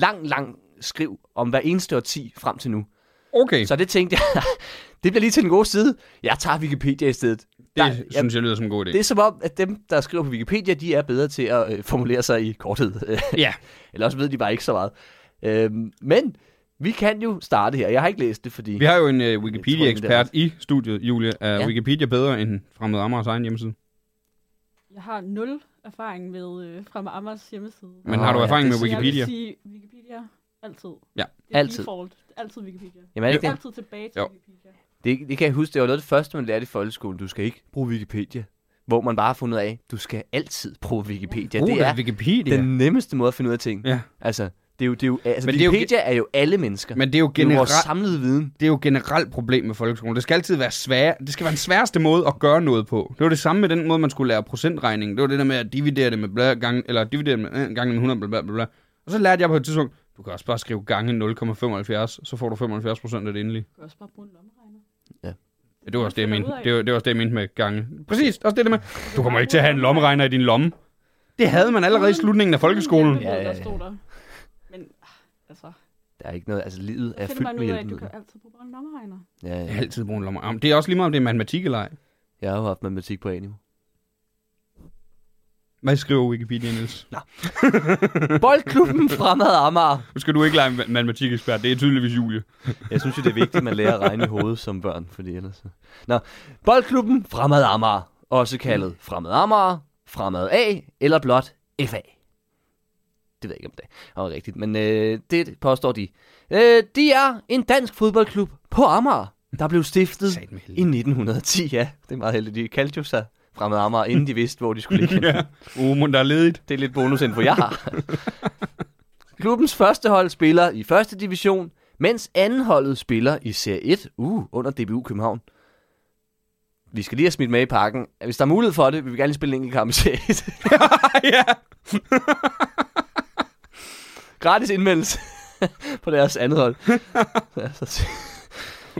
Speaker 3: lang, lang skriv om hver eneste årti frem til nu.
Speaker 1: Okay,
Speaker 3: Så det tænkte jeg, det bliver lige til den gode side. Jeg tager Wikipedia i stedet.
Speaker 1: det
Speaker 3: der- jeg-
Speaker 1: synes jeg lyder som en god idé.
Speaker 3: Det er som om, at dem, der skriver på Wikipedia, de er bedre til at øh, formulere sig i korthed.
Speaker 1: Ja.
Speaker 3: Ellers ved de bare ikke så meget. Øhm, men vi kan jo starte her. Jeg har ikke læst det, fordi...
Speaker 1: Vi har jo en øh,
Speaker 3: Jeg
Speaker 1: Wikipedia-ekspert
Speaker 3: tror,
Speaker 1: i studiet, Julie. Er
Speaker 3: Ja.
Speaker 1: Wikipedia bedre end Fremad Amagers egen hjemmeside?
Speaker 4: Jeg har nul erfaring med øh, fra Amers hjemmeside.
Speaker 1: Men
Speaker 3: Nå,
Speaker 1: har du
Speaker 3: ja,
Speaker 1: erfaring
Speaker 3: det
Speaker 1: med
Speaker 4: Så
Speaker 1: Wikipedia?
Speaker 4: Jeg vil sige Wikipedia altid.
Speaker 1: Ja.
Speaker 4: Det er
Speaker 3: Altid.
Speaker 4: Default. Det er altid Wikipedia.
Speaker 3: Jamen,
Speaker 4: Jeg
Speaker 3: er det ikke
Speaker 4: er
Speaker 3: det?
Speaker 4: altid tilbage til
Speaker 1: Jo.
Speaker 4: Wikipedia.
Speaker 3: det? Det kan jeg huske, det var noget af det første, man lærte i folkeskolen. Du skal ikke bruge Wikipedia. Hvor man bare har fundet ud af, du skal altid bruge Wikipedia.
Speaker 1: Brug
Speaker 3: det
Speaker 1: da
Speaker 3: er
Speaker 1: Wikipedia.
Speaker 3: den nemmeste måde at finde ud af ting.
Speaker 1: Ja.
Speaker 3: Altså, det er jo, det er jo, altså
Speaker 1: Men det er jo-
Speaker 3: Wikipedia er jo, alle mennesker.
Speaker 1: Men det er jo
Speaker 3: det er jo vores
Speaker 1: generelt...
Speaker 3: samlede viden.
Speaker 1: det er jo et generelt problem med folkeskolen. Det skal altid være svære. Det skal være den sværeste måde at gøre noget på. Det var det samme med den måde, man skulle lære procentregning. Det var det der med at dividere det med bla, gang, eller dividere det med, øh, gange med 100, bla, bla, bla, bla. Og så lærte jeg på et tidspunkt, du kan også bare skrive gange 0,75, så får du 75 procent af det endelige.
Speaker 4: Du kan også bare bruge en lommeregner.
Speaker 1: Ja, det var også det, jeg
Speaker 4: finder
Speaker 1: mente.
Speaker 4: ud af. Altså,
Speaker 1: Det var, det var også det, jeg mente med gange. Præcis, også det der med, du kommer ikke til at have en lommeregner i din lomme. Det havde man allerede i slutningen af folkeskolen.
Speaker 4: Ja, ja, ja.
Speaker 3: Ja, ja, ja.
Speaker 4: Der stod der. Men ah, altså,
Speaker 3: Der er ikke noget, altså livet
Speaker 4: så
Speaker 3: er
Speaker 4: finder
Speaker 3: fyldt
Speaker 4: man
Speaker 3: med
Speaker 4: ud af, at du
Speaker 3: hjælpemidler.
Speaker 4: kan altid bruge en lommeregner.
Speaker 3: Ja,
Speaker 1: Jeg
Speaker 3: ja.
Speaker 1: har altid brugt en lommeregner. Det er også lige meget, om det er matematik eller ej.
Speaker 3: Jeg har jo haft matematik på A-niveau.
Speaker 1: Hvad skriver Wikipedia, Niels?
Speaker 3: Boldklubben fremad Amager.
Speaker 1: Nu skal du ikke lege en ma- matematikekspert. Det er tydeligvis Julie.
Speaker 3: Jeg synes jo, det er vigtigt, at man lærer at regne i hovedet som børn, fordi ellers... så- Nå, boldklubben Fremad Amager, også kaldet Fremad Amager, Fremad A eller blot FA. Det ved jeg ikke, om det er rigtigt, men øh, det påstår de. Øh, de er en dansk fodboldklub på Amager, der blev stiftet
Speaker 1: Satan med helvede.
Speaker 3: i 1910. Ja, det er meget heldigt. De kaldte jo sig Fremad Amager, inden de vidste, hvor de skulle ligge.
Speaker 1: ja. Omund, der er ledigt.
Speaker 3: Det er lidt bonusinfo, jeg har. Klubbens første hold spiller i første division, mens anden holdet spiller i Serie 1 uh, under DBU København. Vi skal lige have smidt med i pakken. Hvis der er mulighed for det, vil vi gerne lige spille en enkelt kamp i Serie 1.
Speaker 1: ja.
Speaker 3: Gratis indmeldelse på deres andet hold. Ja, så-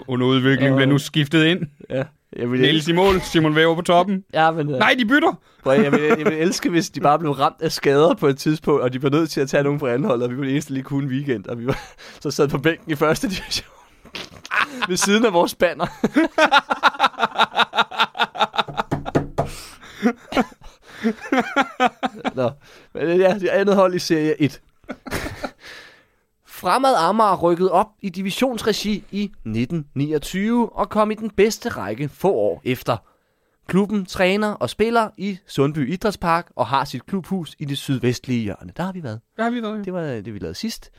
Speaker 1: Under udvikling bliver nu skiftet ind.
Speaker 3: ja, jeg Øh. vil,
Speaker 1: Niels i mål, Simon Væver på toppen.
Speaker 3: ja, men, øh,
Speaker 1: Nej, de bytter.
Speaker 3: prøv at- jeg, vil, jeg vil elske, hvis de bare blev ramt af skader på et tidspunkt, og de var nødt til at tage nogen fra anden hold, og vi var det eneste, der lige kunne en weekend, og vi var så sad på bænken i første division. Ved siden af vores banner. Nå, men det er det andet hold i serie 1. Fremad Amager rykkede op i divisionsregi i 1929 og kom i den bedste række få år efter. Klubben træner og spiller i Sundby Idrætspark og har sit klubhus i det sydvestlige hjørne. Der har vi været.
Speaker 1: Ja, vi ved
Speaker 3: Det var øh, det, vi lavede sidst,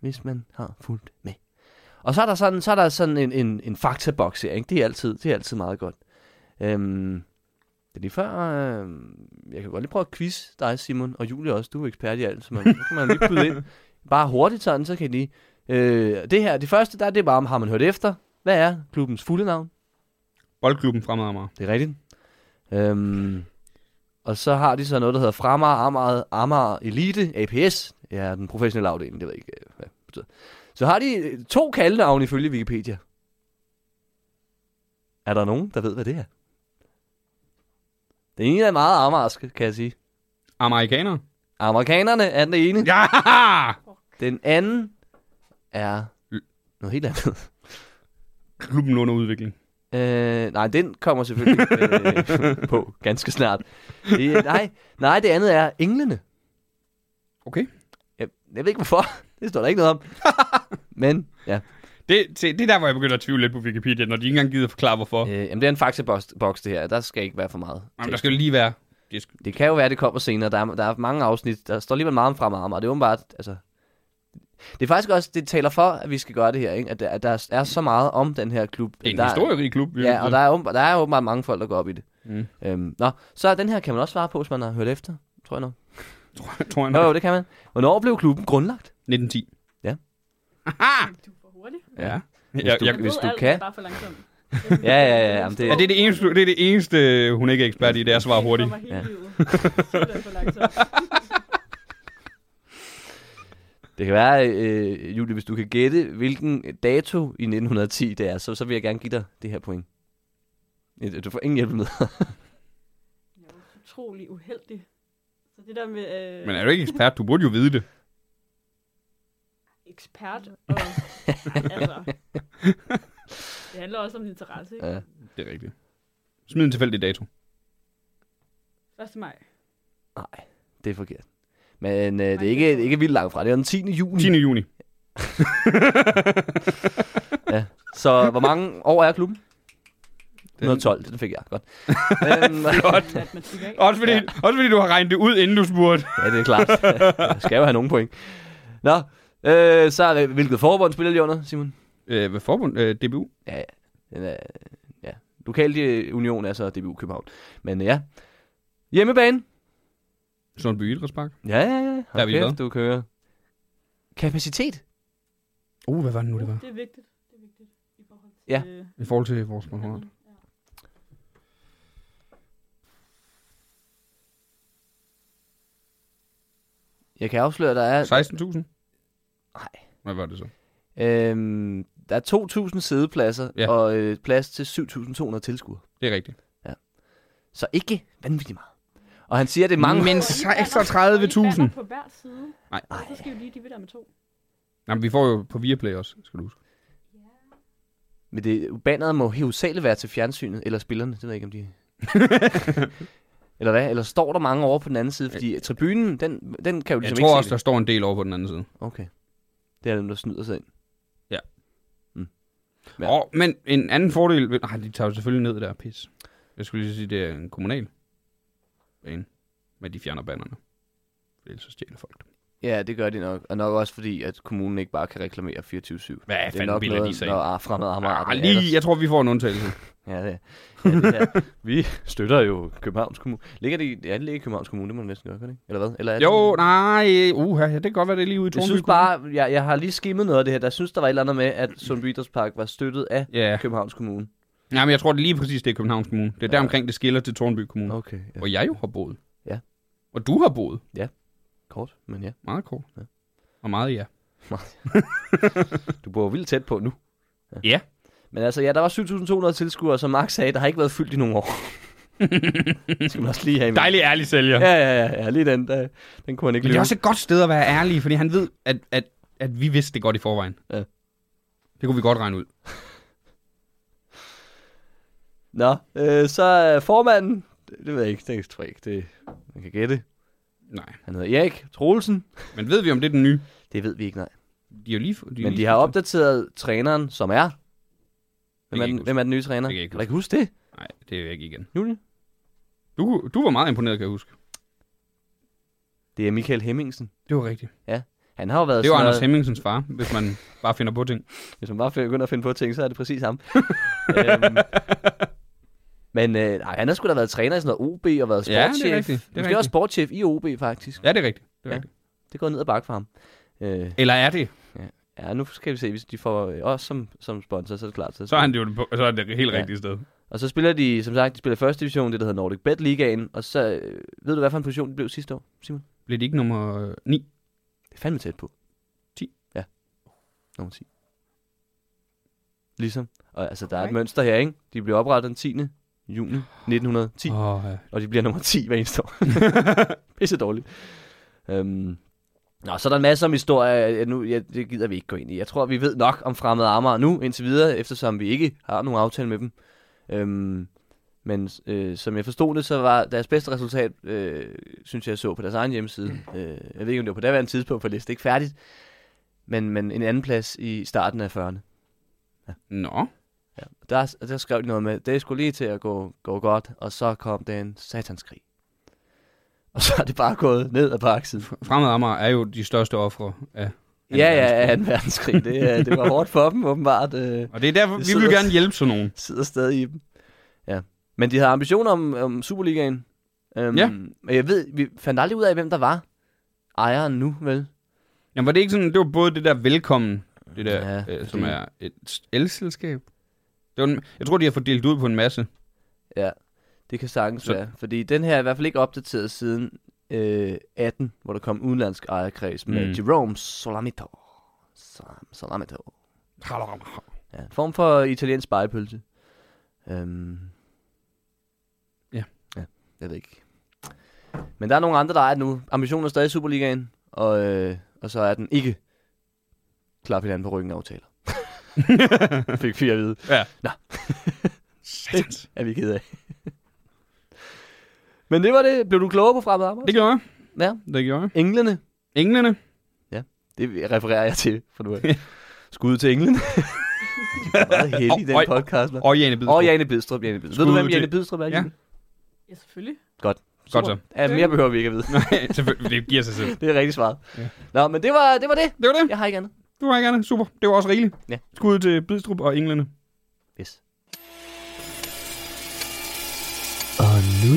Speaker 3: hvis man har fulgt med. Og så er der sådan, så er der sådan en, en, en faktaboks her, ikke? Det er altid, det er altid meget godt. Øhm, det er lige før, øh, jeg kan godt lige prøve at quiz dig, Simon, og Julie også, du er ekspert i alt, så man, så kan man lige byde ind. Bare hurtigt sådan, så kan I lige. Øh, det her, det første, der er det bare, om har man hørt efter. Hvad er klubbens fulde navn?
Speaker 1: Boldklubben fremad Amager.
Speaker 3: Det er rigtigt. Øhm, og så har de så noget, der hedder Fremar Amager, Amager Elite, APS. Ja, den professionelle afdeling, det ved jeg ikke, øh, hvad det betyder. Så har de øh, to kaldenavne ifølge Wikipedia. Er der nogen, der ved, hvad det er? Den ene er meget amarsk, kan jeg sige.
Speaker 1: Amerikanere?
Speaker 3: Amerikanerne er den ene.
Speaker 1: Ja!
Speaker 3: Den anden er noget helt andet.
Speaker 1: Klubben under udvikling.
Speaker 3: Øh, nej, den kommer selvfølgelig øh, på ganske snart. Det, nej, nej, det andet er englene.
Speaker 1: Okay.
Speaker 3: Jeg, jeg ved ikke hvorfor. Det står der ikke noget om. Men ja,
Speaker 1: Det, se, det er der, hvor jeg begynder at tvivle lidt på Wikipedia, når de ikke engang gider forklare, hvorfor.
Speaker 3: øh, jamen, det er en faktaboks, det her. Der skal ikke være for meget.
Speaker 1: Jamen, der
Speaker 3: tekst.
Speaker 1: skal jo lige være... Det skal,
Speaker 3: Det kan jo være, det kommer senere. Der er, der er mange afsnit. Der står alligevel meget om fremad, og det er åbenbart... Altså, det er faktisk også, det taler for, at vi skal gøre det her, ikke? At, der, at der er så meget om den her klub.
Speaker 1: det er en
Speaker 3: der,
Speaker 1: historierig klub. vil jeg
Speaker 3: Ja, og
Speaker 1: sige.
Speaker 3: der er, åbenbart, der er åbenbart mange folk, der går op i det.
Speaker 1: Mm.
Speaker 3: Øhm, nå, så den her kan man også svare på, hvis man har hørt efter, tror jeg nok.
Speaker 1: Tror jeg nok.
Speaker 3: Jo, jo, det kan man. Hvornår blev klubben grundlagt?
Speaker 1: 1910.
Speaker 3: Ja.
Speaker 1: Aha!
Speaker 4: Du er for hurtig.
Speaker 1: Ja.
Speaker 3: Hvis
Speaker 1: Jeg,
Speaker 3: du-
Speaker 1: jeg,
Speaker 4: Du
Speaker 3: Hvis
Speaker 4: ved alt,
Speaker 3: kan.
Speaker 4: det er bare for langsomt.
Speaker 3: Ja, ja, ja, jamen, det-
Speaker 1: ja, det, er det, eneste, det er det eneste, hun ikke er ekspert i, det er at svare hurtigt.
Speaker 3: Ja.
Speaker 4: Ja. Det er for langsomt.
Speaker 3: Det kan være, øh, Julie, hvis du kan gætte, hvilken dato i 1910 det er, så, så vil jeg gerne give dig det her point. Ja, Du får ingen hjælp med.
Speaker 4: Jeg er utrolig uheldig. Så det der med øh,
Speaker 1: Men er du ikke ekspert? Du burde jo vide det.
Speaker 4: ekspert og... altså, det handler også om interesse, ikke?
Speaker 3: Ja.
Speaker 1: Det er rigtigt. Smid en tilfældig dato.
Speaker 3: Mm.
Speaker 4: 1. maj.
Speaker 3: Nej, det er forkert. Men øh, det er ikke, ikke vildt langt fra. Det er den 10. juni.
Speaker 1: 10. juni.
Speaker 3: Så hvor mange år er klubben?
Speaker 1: Den-
Speaker 3: 112, den fik jeg. Godt. øhm,
Speaker 1: Godt.
Speaker 4: Matematik, ikke?
Speaker 1: Også fordi, ja. også fordi du har regnet det ud, inden du spurgte.
Speaker 3: ja, det er klart. jeg skal jo have nogle point. Nå, øh, så øh, hvilket forbund spiller de under, Simon?
Speaker 1: Øh, hvad forbund? Øh, DBU?
Speaker 3: Ja, ja. Den er, ja. Lokal øh, union er så DBU København. Men øh, ja. Hjemmebane.
Speaker 1: Sådan by Idrætspark.
Speaker 3: Ja, ja, ja.
Speaker 1: Der er vi
Speaker 3: kæft,
Speaker 1: glade.
Speaker 3: du kører. Kapacitet.
Speaker 1: Uh, hvad var det nu, det var?
Speaker 4: Det er vigtigt. Det er vigtigt i forhold til...
Speaker 3: Ja.
Speaker 4: øh,
Speaker 1: I forhold til vores sponsorat.
Speaker 4: Ja.
Speaker 3: Jeg kan afsløre, der er,
Speaker 1: 16.000?
Speaker 3: Nej.
Speaker 1: Hvad var det så?
Speaker 3: øhm, der er 2.000 sædepladser
Speaker 1: Ja.
Speaker 3: og øh, plads til 7.200 tilskuere.
Speaker 1: Det er rigtigt.
Speaker 3: Så ikke vanvittigt meget. Og han siger, at det er mange
Speaker 1: Men
Speaker 3: mennesker.
Speaker 4: Og I banner-
Speaker 1: 36.000.
Speaker 4: og I banner på hver side.
Speaker 1: Nej.
Speaker 4: Og så skal vi lige dividere med to.
Speaker 1: Nej, men vi får jo på Viaplay også, skal du huske.
Speaker 3: Men det, banneret må hovedsageligt være til fjernsynet, eller spillerne, det ved jeg ikke, om de... eller hvad? Eller står der mange over på den anden side? Fordi tribunen, den, den kan jo
Speaker 1: Øh. Jeg
Speaker 3: ligesom
Speaker 1: tror
Speaker 3: ikke
Speaker 1: også,
Speaker 3: se
Speaker 1: der står en del over på den anden side.
Speaker 3: det. Okay. Det er dem, der snyder sig ind. Ja.
Speaker 1: Ja. Og, men en anden fordel... ved- Nej, de tager jo selvfølgelig ned det der pis. Jeg skulle lige sige, det er en kommunal bane. Men de fjerner banderne. For Ellers så stjæler folk dem.
Speaker 3: Ja, det gør de nok. Og nok også fordi, at kommunen ikke bare kan reklamere 24-7.
Speaker 1: Hvad
Speaker 3: det er
Speaker 1: fanden
Speaker 3: nok
Speaker 1: bilder de
Speaker 3: noget,
Speaker 1: sig
Speaker 3: når
Speaker 1: ind?
Speaker 3: ah, fremad Amager.
Speaker 1: Ah, lige, jeg tror, vi får en undtagelse.
Speaker 3: Ja, det, ja, det er. Vi støtter jo Københavns Kommune. Ligger det i, ja, det ligger i Københavns Kommune, det må det næsten gøre, gør det ikke? Eller hvad? Eller er
Speaker 1: Jo,
Speaker 3: det,
Speaker 1: nej. Uh, ja, det kan godt være, det er lige ude i
Speaker 3: jeg
Speaker 1: Tornby.
Speaker 3: synes bare, jeg, jeg har lige skimmet noget af det her. Der synes, der var et eller andet med, at Sundby Idrætspark var støttet af
Speaker 1: Ja,
Speaker 3: Københavns Kommune.
Speaker 1: nej, men jeg tror det er lige præcis, det er Københavns Kommune. Det er der omkring, det skiller til Tornby Kommune.
Speaker 3: Okay, ja.
Speaker 1: Hvor jeg jo har boet.
Speaker 3: Ja.
Speaker 1: Og du har boet.
Speaker 3: Kort, men ja.
Speaker 1: Meget kort.
Speaker 3: Ja.
Speaker 1: Ja. Og meget ja.
Speaker 3: Du bor jo vildt tæt på nu.
Speaker 1: Ja.
Speaker 3: Men altså, ja, der var 7.200 tilskuere, som Mark sagde, der har ikke været fyldt i nogle år. det skal man også lige have med.
Speaker 1: Dejlig ærlig sælger.
Speaker 3: Ja, ja, ja, ja, lige den, der, den kunne han ikke
Speaker 1: Men det er
Speaker 3: løbe.
Speaker 1: også et godt sted at være ærlig, fordi han ved, at, at, at vi vidste det godt i forvejen.
Speaker 3: Ja.
Speaker 1: Det kunne vi godt regne ud.
Speaker 3: Nå, øh, så er formanden, det, det ved jeg ikke, det tror jeg ikke, det, man kan gætte.
Speaker 1: Nej.
Speaker 3: Han hedder Erik Troelsen.
Speaker 1: Men ved vi, om det er den nye?
Speaker 3: Det ved vi ikke, nej.
Speaker 1: De er jo lige... De er jo
Speaker 3: Men
Speaker 1: lige
Speaker 3: de har opdateret træneren, som er... Hvem
Speaker 1: kan
Speaker 3: er
Speaker 1: jeg
Speaker 3: den,
Speaker 1: ikke
Speaker 3: hvem er den nye træner?
Speaker 1: Det kan jeg ikke
Speaker 3: Kan du ikke huske det,
Speaker 1: Nej, det er jeg ikke igen.
Speaker 3: Julie?
Speaker 1: Du, du var meget imponeret, kan jeg huske.
Speaker 3: Det er Michael Hemmingsen.
Speaker 1: Det var rigtigt.
Speaker 3: Han har jo været
Speaker 1: Det var
Speaker 3: sådan
Speaker 1: Anders
Speaker 3: noget-
Speaker 1: Hemmingsens far, hvis man bare finder på ting.
Speaker 3: Hvis man bare begynder at finde på ting, så er det præcis ham. øhm, men øh, nej, han har sgu da været træner i sådan noget OB og været
Speaker 1: Ja, det er
Speaker 3: sportschef.
Speaker 1: rigtigt. Det er
Speaker 3: Måske
Speaker 1: rigtigt.
Speaker 3: også sportschef i OB, faktisk.
Speaker 1: Ja, det er rigtigt. Det er
Speaker 3: Ja.
Speaker 1: ja. rigtigt.
Speaker 3: Det går ned ad bakke for ham. Øh,
Speaker 1: Eller er det?
Speaker 3: ja, nu skal vi se, hvis de får øh, os som, som sponsor, så er det klart.
Speaker 1: Så er, han det jo, på- så er det det helt
Speaker 3: Ja.
Speaker 1: ja. rigtige sted.
Speaker 3: Og så spiller de, som sagt, de spiller første division, det der hedder Nordic Bet Ligaen. Og så, øh, ved du, hvad for en position de blev sidste år, Simon?
Speaker 1: Blev det ikke nummer 9?
Speaker 3: Det er fandme tæt på.
Speaker 1: Ti.
Speaker 3: Ja. nummer 10. Ligesom. Og altså, der er et
Speaker 4: Okay.
Speaker 3: mønster her, ikke? De blev oprettet den 10. juni 1910, oh.
Speaker 1: Åh, ja.
Speaker 3: og de bliver nummer 10 hver eneste år. Pisse dårligt. Øhm. Nå, så er der en masse om historie, nu, ja, det gider vi ikke gå ind i. Jeg tror, vi ved nok om fremmede armer nu, indtil videre, eftersom vi ikke har nogen aftale med dem. Øhm, men øh, som jeg forstod det, så var deres bedste resultat, øh, synes jeg, jeg så på deres egen hjemmeside. Øh, jeg ved ikke, om det var på daværende tidspunkt, for det er ikke færdigt. Men, men en anden plads i starten af 40'erne.
Speaker 1: Nå.
Speaker 3: Ja. Der, der skrev de noget med, det skulle lige til at gå, gå godt, og så kom den satanskrig. Og så er det bare gået ned ad baksiden.
Speaker 1: Fremad Amager er jo de største ofre af...
Speaker 3: Ja, ja, ja, 2. verdenskrig. Det, øh, det var hårdt for dem, åbenbart. Øh,
Speaker 1: Og det er derfor,
Speaker 3: Det
Speaker 1: vi vil
Speaker 3: sidder-
Speaker 1: gerne hjælpe sådan nogen.
Speaker 3: sidder stadig i dem. Ja. Men de havde ambitioner om, om Superligaen. Øhm,
Speaker 1: Ja.
Speaker 3: Men jeg ved, vi fandt aldrig ud af, hvem der var ejeren nu, vel?
Speaker 1: Jamen, var det ikke sådan, det var både det der velkommen, det der,
Speaker 3: Ja,
Speaker 1: ja, øh, som
Speaker 3: fordi-
Speaker 1: er et elselskab. Det var en, jeg tror, de har fordelt ud på en masse.
Speaker 3: Ja, det kan sagtens
Speaker 1: Så-
Speaker 3: så... være. Fordi den her er i hvert fald ikke opdateret siden øh, 18, hvor der kom udenlandsk ejerkreds med
Speaker 1: Mm.
Speaker 3: mm. Jerome Solamito. Sam- Solamito. Ja, en form for italiensk spejepølse. Øhm.
Speaker 1: Ja.
Speaker 3: Ja, jeg ved ikke. Men der er nogle andre, der er nu. Ambitionen er stadig Superligaen, og, øh, og så er den ikke klar hinanden på ryggen aftaler. Fik fire at vide.
Speaker 1: Satans.
Speaker 3: Er vi ked af. Men det var det. Blev du klogere på fremad arbejde?
Speaker 1: Det gjorde jeg.
Speaker 3: Ja.
Speaker 1: Det gjorde jeg.
Speaker 3: Englene.
Speaker 1: Englene.
Speaker 3: Det refererer jeg til, for nu af. Skud til englene. det er meget heldig, den
Speaker 1: Og-
Speaker 3: podcast. mand.
Speaker 1: Og Jane Bidstrup.
Speaker 3: Og Jane Bidstrup. Jane Bidstrup. Ved du,
Speaker 1: Skud
Speaker 3: hvem
Speaker 1: til-
Speaker 3: Jane Bidstrup er?
Speaker 1: Ja.
Speaker 3: Julie?
Speaker 4: Ja, selvfølgelig.
Speaker 1: Godt så.
Speaker 3: Ja, mere behøver vi ikke at vide.
Speaker 1: Nej, selvfølgelig. Det giver sig selv.
Speaker 3: Det er rigtigt svaret.
Speaker 1: Ja.
Speaker 3: Ja. Nå, men det var, det var det.
Speaker 1: Det var det.
Speaker 3: Jeg har ikke andet.
Speaker 1: Du var gerne. Super. Det var også rigeligt.
Speaker 3: Ja.
Speaker 1: Skud til Bidstrup og Englene.
Speaker 3: Yes. Og nu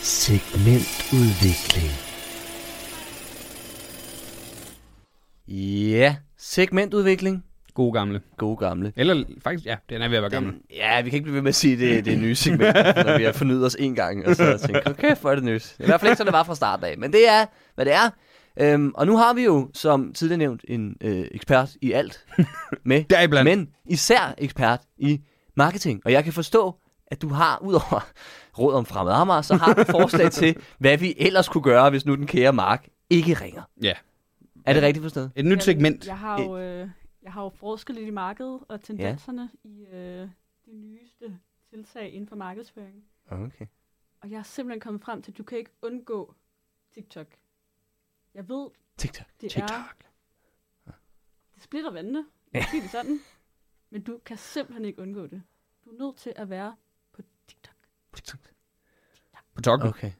Speaker 3: segmentudvikling. Ja, segmentudvikling.
Speaker 1: Gode gamle.
Speaker 3: Gode gamle.
Speaker 1: Eller faktisk, ja, den er ved at være gammel.
Speaker 3: Den, ja, vi kan ikke blive ved med at sige, at det, det er nye segment, når vi har fornyet os en gang, og så tænker, okay, for er det nyt. I hvert fald ikke, som det var fra starten af, men det er, hvad det er. Øhm, og nu har vi jo, som tidligere nævnt, en øh, ekspert i alt med
Speaker 1: Deriblandt.
Speaker 3: men især ekspert i marketing. Og jeg kan forstå, at du har, udover råd om fremmed Amager, så har du forslag til, hvad vi ellers kunne gøre, hvis nu den kære Mark ikke ringer.
Speaker 1: Ja.
Speaker 3: Er det rigtigt forstået?
Speaker 1: Et nyt
Speaker 4: Jeg-
Speaker 1: segment.
Speaker 4: Jeg har jo, øh, jeg har jo forsket lidt i markedet og tendenserne ja. i øh, de nyeste tiltag inden for markedsføring.
Speaker 3: Okay.
Speaker 4: Og jeg er simpelthen kommet frem til, at du kan ikke undgå TikTok. Jeg ved,
Speaker 3: TikTok.
Speaker 4: det
Speaker 3: TikTok.
Speaker 4: er... Det splitter vandene. Ja. Sige det sådan. Men du kan simpelthen ikke undgå det. Du er nødt til at være på TikTok.
Speaker 1: På tokken. Okay.
Speaker 3: Okay.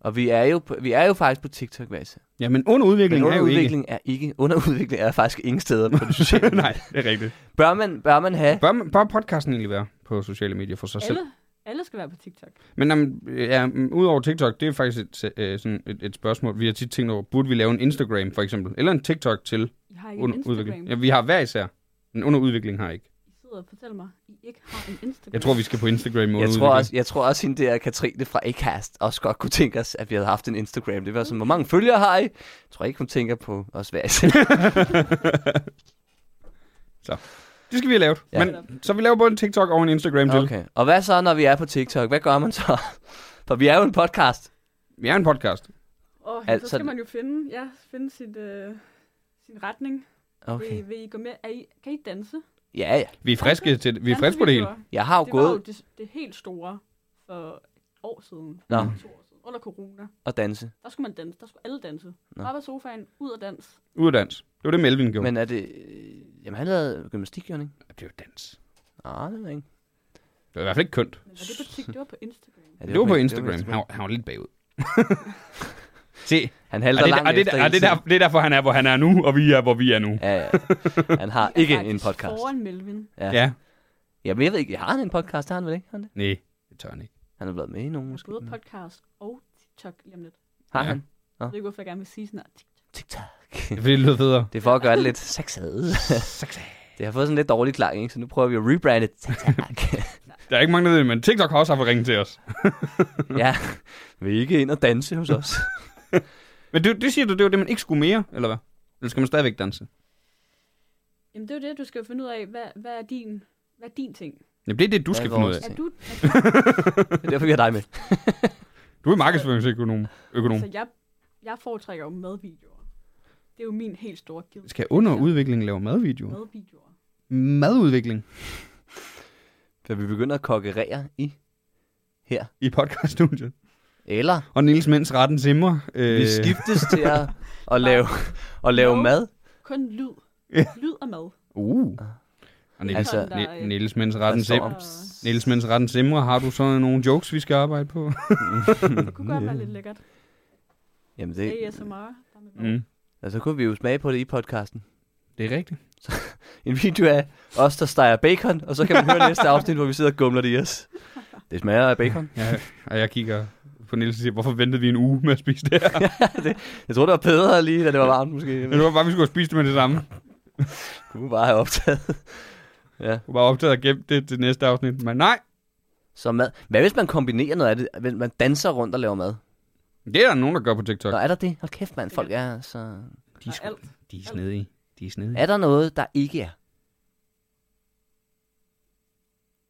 Speaker 3: Og vi er jo, på, vi er jo faktisk på TikTok, hvad jeg siger.
Speaker 1: Ja, men under
Speaker 3: Men
Speaker 1: udvikling er jo ikke.
Speaker 3: underudvikling er ikke. Underudvikling er faktisk ingen steder på det sociale. medie.
Speaker 1: Nej, det er rigtigt.
Speaker 3: Bør man, bør man have...
Speaker 1: Bør, bør podcasten egentlig være på sociale medier for sig selv?
Speaker 4: Alle, alle skal være på TikTok.
Speaker 1: Men um, ja, mm, udover TikTok, det er faktisk et, se- øh, sådan et, et spørgsmål. Vi har tit tænkt over, burde vi lave en Instagram for eksempel? Eller en TikTok til
Speaker 4: I har ikke en
Speaker 1: under
Speaker 4: Instagram.
Speaker 1: udvikling? Ja, vi har hver især. Men under udvikling har jeg ikke.
Speaker 4: I sidder og fortæller mig, I ikke har en Instagram.
Speaker 1: Jeg tror, vi skal på Instagram med
Speaker 3: Jeg
Speaker 1: under
Speaker 3: tror,
Speaker 1: udvikling.
Speaker 3: også, jeg tror også, hende der Katrine fra Acast også godt kunne tænke os, at vi havde haft en Instagram. Det var sådan, hvor mange følgere har I? Jeg tror ikke, hun tænker på os hver især.
Speaker 1: Det skal vi have lavet.
Speaker 3: Ja.
Speaker 1: Men, så vi laver både en TikTok og en Instagram til.
Speaker 3: Okay. Og hvad så, når vi er på TikTok? Hvad gør man så? For vi er jo en podcast.
Speaker 1: Vi er en podcast.
Speaker 4: Og
Speaker 3: Altså-
Speaker 4: altså, så skal man jo finde, ja, finde sit, øh, sin retning.
Speaker 3: Okay.
Speaker 4: Vil, vil I gå med? Er I, kan I danse?
Speaker 3: Ja, ja.
Speaker 1: Vi er friske til det. Vi er friske på det hele.
Speaker 4: Dansevideoer.
Speaker 3: Jeg har jo
Speaker 4: Det var jo
Speaker 3: gået
Speaker 4: det, det helt store for et år siden.
Speaker 3: Nå.
Speaker 1: Mm.
Speaker 4: To år siden. Under corona.
Speaker 3: og danse.
Speaker 4: Der skulle man danse. Der skulle alle danse.
Speaker 3: Nå.
Speaker 4: Bare på sofaen, ud og dans.
Speaker 1: Uddans. Det var det, Melvin gjorde. Men...
Speaker 3: Men er det... øh, Jamen, han lavede gymnastik, Jørgen, ikke?
Speaker 1: Det er jo dans.
Speaker 3: Nej, det ved jeg ikke.
Speaker 1: Det var i hvert fald ikke kønt.
Speaker 4: Men var det på TikTok? Det var på Instagram.
Speaker 3: Ja,
Speaker 1: Det var på Instagram. Han var, han var lidt bagud. Se,
Speaker 3: Han
Speaker 1: er
Speaker 3: halter
Speaker 1: det,
Speaker 3: langt
Speaker 1: er det,
Speaker 3: efter
Speaker 1: er
Speaker 3: hele
Speaker 1: det, der, det er derfor, han er, hvor han er nu, og vi er, hvor vi er nu.
Speaker 3: tiden. Ja, ja. Han har
Speaker 4: Jeg er
Speaker 3: ikke en
Speaker 4: faktisk
Speaker 3: podcast.
Speaker 4: Foran Melvin.
Speaker 3: Ja.
Speaker 1: Ja.
Speaker 3: Jamen, jeg ved ikke. Har han en podcast? Har han vel ikke? Har Han, det?
Speaker 1: Nej, det tør han ikke.
Speaker 3: han har været med i nogen,
Speaker 4: Jeg
Speaker 3: måske.
Speaker 4: har både podcast og TikTok lige om lidt.
Speaker 3: Har
Speaker 1: Ja.
Speaker 3: han?
Speaker 4: Jeg ved ikke, hvorfor jeg gerne vil sige sådan noget. TikTok.
Speaker 3: TikTok.
Speaker 1: Det er fordi, det lyder federe.
Speaker 3: Det er for at gøre det lidt sexet. det har fået sådan lidt dårlig klang, ikke? Så nu prøver vi at rebrande det. Tak.
Speaker 1: Der er ikke mange, der ved det, men TikTok har også haft at ringe til os.
Speaker 3: ja. Vil I ikke ind og danse hos os?
Speaker 1: Men det, det siger du, det var det, man ikke skulle mere, eller hvad? Eller skal man stadigvæk danse?
Speaker 4: Jamen det er jo det, du skal jo finde ud af, hvad, hvad, er, din, hvad er din ting?
Speaker 1: Jamen, det er det, du
Speaker 3: Hvad
Speaker 1: skal
Speaker 3: er
Speaker 1: finde ud
Speaker 3: vores
Speaker 1: af.
Speaker 4: Er
Speaker 3: Ting.
Speaker 4: du, er
Speaker 3: Det er derfor, vi har dig med.
Speaker 1: Du er markedsføringsøkonom.
Speaker 4: du
Speaker 1: Økonom.
Speaker 4: altså, jeg, jeg foretrækker jo madvideoer. Det er jo min helt store gild.
Speaker 1: Skal under udvikling lave madvideoer?
Speaker 4: Madvideoer.
Speaker 1: Madudvikling
Speaker 3: For vi begynder at kokkerere i her.
Speaker 1: i podcaststudiet.
Speaker 3: Eller
Speaker 1: Og Nils Mens retten simmer. øh,
Speaker 3: vi skiftes til at, at lave, at lave
Speaker 4: Mad.
Speaker 3: mad.
Speaker 4: Kun lyd.
Speaker 1: Ja.
Speaker 4: Lyd og mad.
Speaker 1: Uh. Og Niels,
Speaker 3: Altså-
Speaker 1: altså,
Speaker 4: Der, øh,
Speaker 1: Niels Mens
Speaker 3: Der
Speaker 1: retten
Speaker 3: står
Speaker 1: simmer.
Speaker 3: om-
Speaker 4: Og
Speaker 1: Niels Mens retten simmer. Har du så nogle jokes, vi skal arbejde på?
Speaker 4: det kunne godt være lidt lækkert.
Speaker 3: Jamen
Speaker 4: Det...
Speaker 3: det,
Speaker 4: ASMR. der er med mad.
Speaker 1: Mm.
Speaker 3: altså, så kunne vi jo smage på det i podcasten.
Speaker 1: Det er rigtigt.
Speaker 3: En video af os, der steger bacon, og så kan man høre næste afsnit, hvor vi sidder og gumler det i os. Det smager af bacon.
Speaker 1: Ja, og jeg kigger på Niels og siger, hvorfor ventede vi en uge med at spise det her?
Speaker 3: Jeg tror, det var bedre lige, da det var varmt måske.
Speaker 1: Men det var bare, vi skulle have spist det med det samme.
Speaker 3: kunne bare have optaget. ja.
Speaker 1: Du var optaget og gemt det til næste afsnit. Men nej,
Speaker 3: Så mad. Hvad hvis man kombinerer noget af det? Hvis man danser rundt og laver mad?
Speaker 1: det er der nogen, der gør på TikTok.
Speaker 3: Nå, er der det? Hold kæft, mand. Folk er så...
Speaker 1: De
Speaker 4: Der er alt.
Speaker 1: de er snedige. De er snedige.
Speaker 3: Er der noget, der ikke er?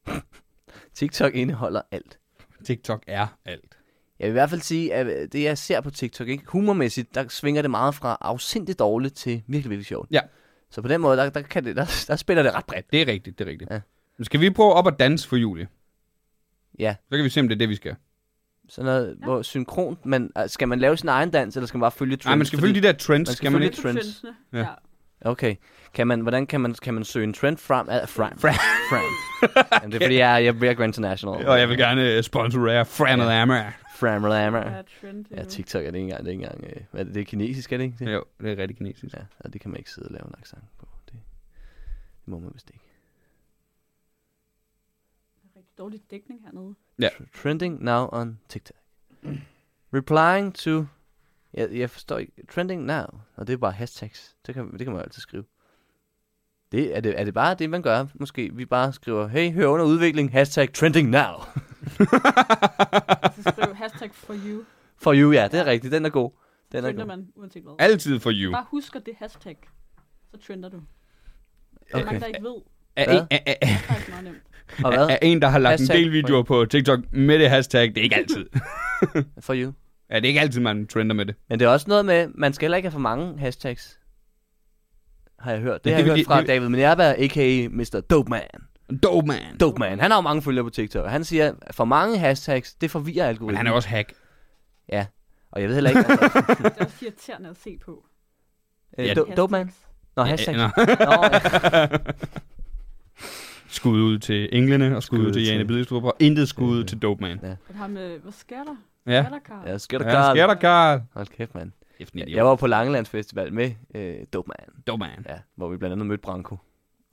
Speaker 3: TikTok indeholder alt.
Speaker 1: TikTok er alt.
Speaker 3: Jeg vil i hvert fald sige, at øh, det jeg ser på TikTok, ikke? humormæssigt, der svinger det meget fra afsindigt dårligt til virkelig, virkelig sjovt.
Speaker 1: Ja.
Speaker 3: Så på den måde, der, der, kan det, der, der spiller det ret bredt.
Speaker 1: Det er rigtigt, det er rigtigt.
Speaker 3: Ja.
Speaker 1: Ja. Skal vi prøve op at danse for Julie?
Speaker 3: Ja.
Speaker 1: Så kan vi se, om det er det, vi skal.
Speaker 3: Sådan noget, ja. hvor synkront, man, øh, skal man lave sin egen dans, eller skal man bare følge trends?
Speaker 1: Nej, man skal
Speaker 3: Fordi-
Speaker 1: følge de der trends,
Speaker 3: man skal
Speaker 1: skal, man
Speaker 3: følge-
Speaker 1: ikke?
Speaker 4: Lidt
Speaker 3: trends.
Speaker 4: trendsende.
Speaker 1: Ja.
Speaker 4: Ja.
Speaker 3: Okay. Kan man, hvordan kan man, kan man søge en trend frem? Uh, frem. Frem. frem. Jamen, det er fordi, jeg, jeg bliver Grand International.
Speaker 1: Og jeg vil gerne øh, sponsorere Fran og Amager.
Speaker 3: Fram,
Speaker 4: Der
Speaker 3: rammer.
Speaker 4: er trend. øh,
Speaker 3: Ja,
Speaker 4: endnu.
Speaker 3: TikTok er det ikke engang, det er ikke engang, øh, hvad er det, det er kinesisk, er det ikke det?
Speaker 1: Øh. Jo, det er rigtig kinesisk.
Speaker 3: Ja, og det kan man ikke sidde og lave en accent på. Det, det må man vist ikke.
Speaker 4: Der er rigtig dårlig dækning hernede.
Speaker 1: Ja.
Speaker 3: Tr- Trending now on TikTok. Replying to... Jeg, jeg forstår ikke. Trending now. Og det er bare hashtags. Det kan, det kan man jo altid skrive. Det, er, det, er det bare det, man gør? Måske vi bare skriver, hey, hør under udvikling, hashtag trending now.
Speaker 4: Og så Altså, skriv hashtag for you.
Speaker 3: For you, ja, det er rigtigt. Den er god. Den er
Speaker 4: Trender
Speaker 3: god.
Speaker 4: man, uanset hvad.
Speaker 1: Altid for you.
Speaker 4: Bare husker det hashtag. Så trender du. Der er
Speaker 3: Okay.
Speaker 4: mange, der ikke ved.
Speaker 1: Er
Speaker 3: Hvad?
Speaker 1: en, er, er, er,
Speaker 4: Det er faktisk meget nemt.
Speaker 3: Og
Speaker 1: er
Speaker 3: hvad?
Speaker 1: en, der har lagt
Speaker 3: Hashtag
Speaker 1: en del videoer på TikTok med det hashtag, det er ikke altid.
Speaker 3: For you.
Speaker 1: ja, det er ikke altid, man trender med det.
Speaker 3: Men det er også noget med, man skal heller ikke have for mange hashtags. Har jeg hørt. Det,
Speaker 1: Ja,
Speaker 3: har jeg
Speaker 1: det vil
Speaker 3: hørt
Speaker 1: de-
Speaker 3: fra
Speaker 1: det vil-
Speaker 3: David Minerva, a.k.a. Mr. Dope Man.
Speaker 1: Dope man.
Speaker 3: Dope Man. Han har jo mange følgere på TikTok, og han siger, at for mange hashtags, det forvirrer algoritmen.
Speaker 1: Men han er også hack.
Speaker 3: Ja, og jeg ved heller ikke, altså,
Speaker 4: Det er også irriterende at se på.
Speaker 3: øh,
Speaker 1: Ja.
Speaker 3: do- Dope Man. Nå, hashtags.
Speaker 1: Ja, nå.
Speaker 3: Nå, ja.
Speaker 1: skud ud til englene, og skud,
Speaker 3: Skud
Speaker 1: ud til
Speaker 3: til-
Speaker 1: Jane Bidestrup, og intet skud ud til Dope man.
Speaker 4: At ham, øh, hvad sker der?
Speaker 1: Ja.
Speaker 4: Hvad er der, Karl?
Speaker 3: ja, sker der
Speaker 1: Ja, sker der, Karl?
Speaker 3: Hold kæft, mand.
Speaker 1: Kæft, en idiot.
Speaker 3: Jeg var jo på Langelands Festival med øh, Dope Man,
Speaker 1: Dope man.
Speaker 3: ja, hvor vi blandt andet mødte Branko.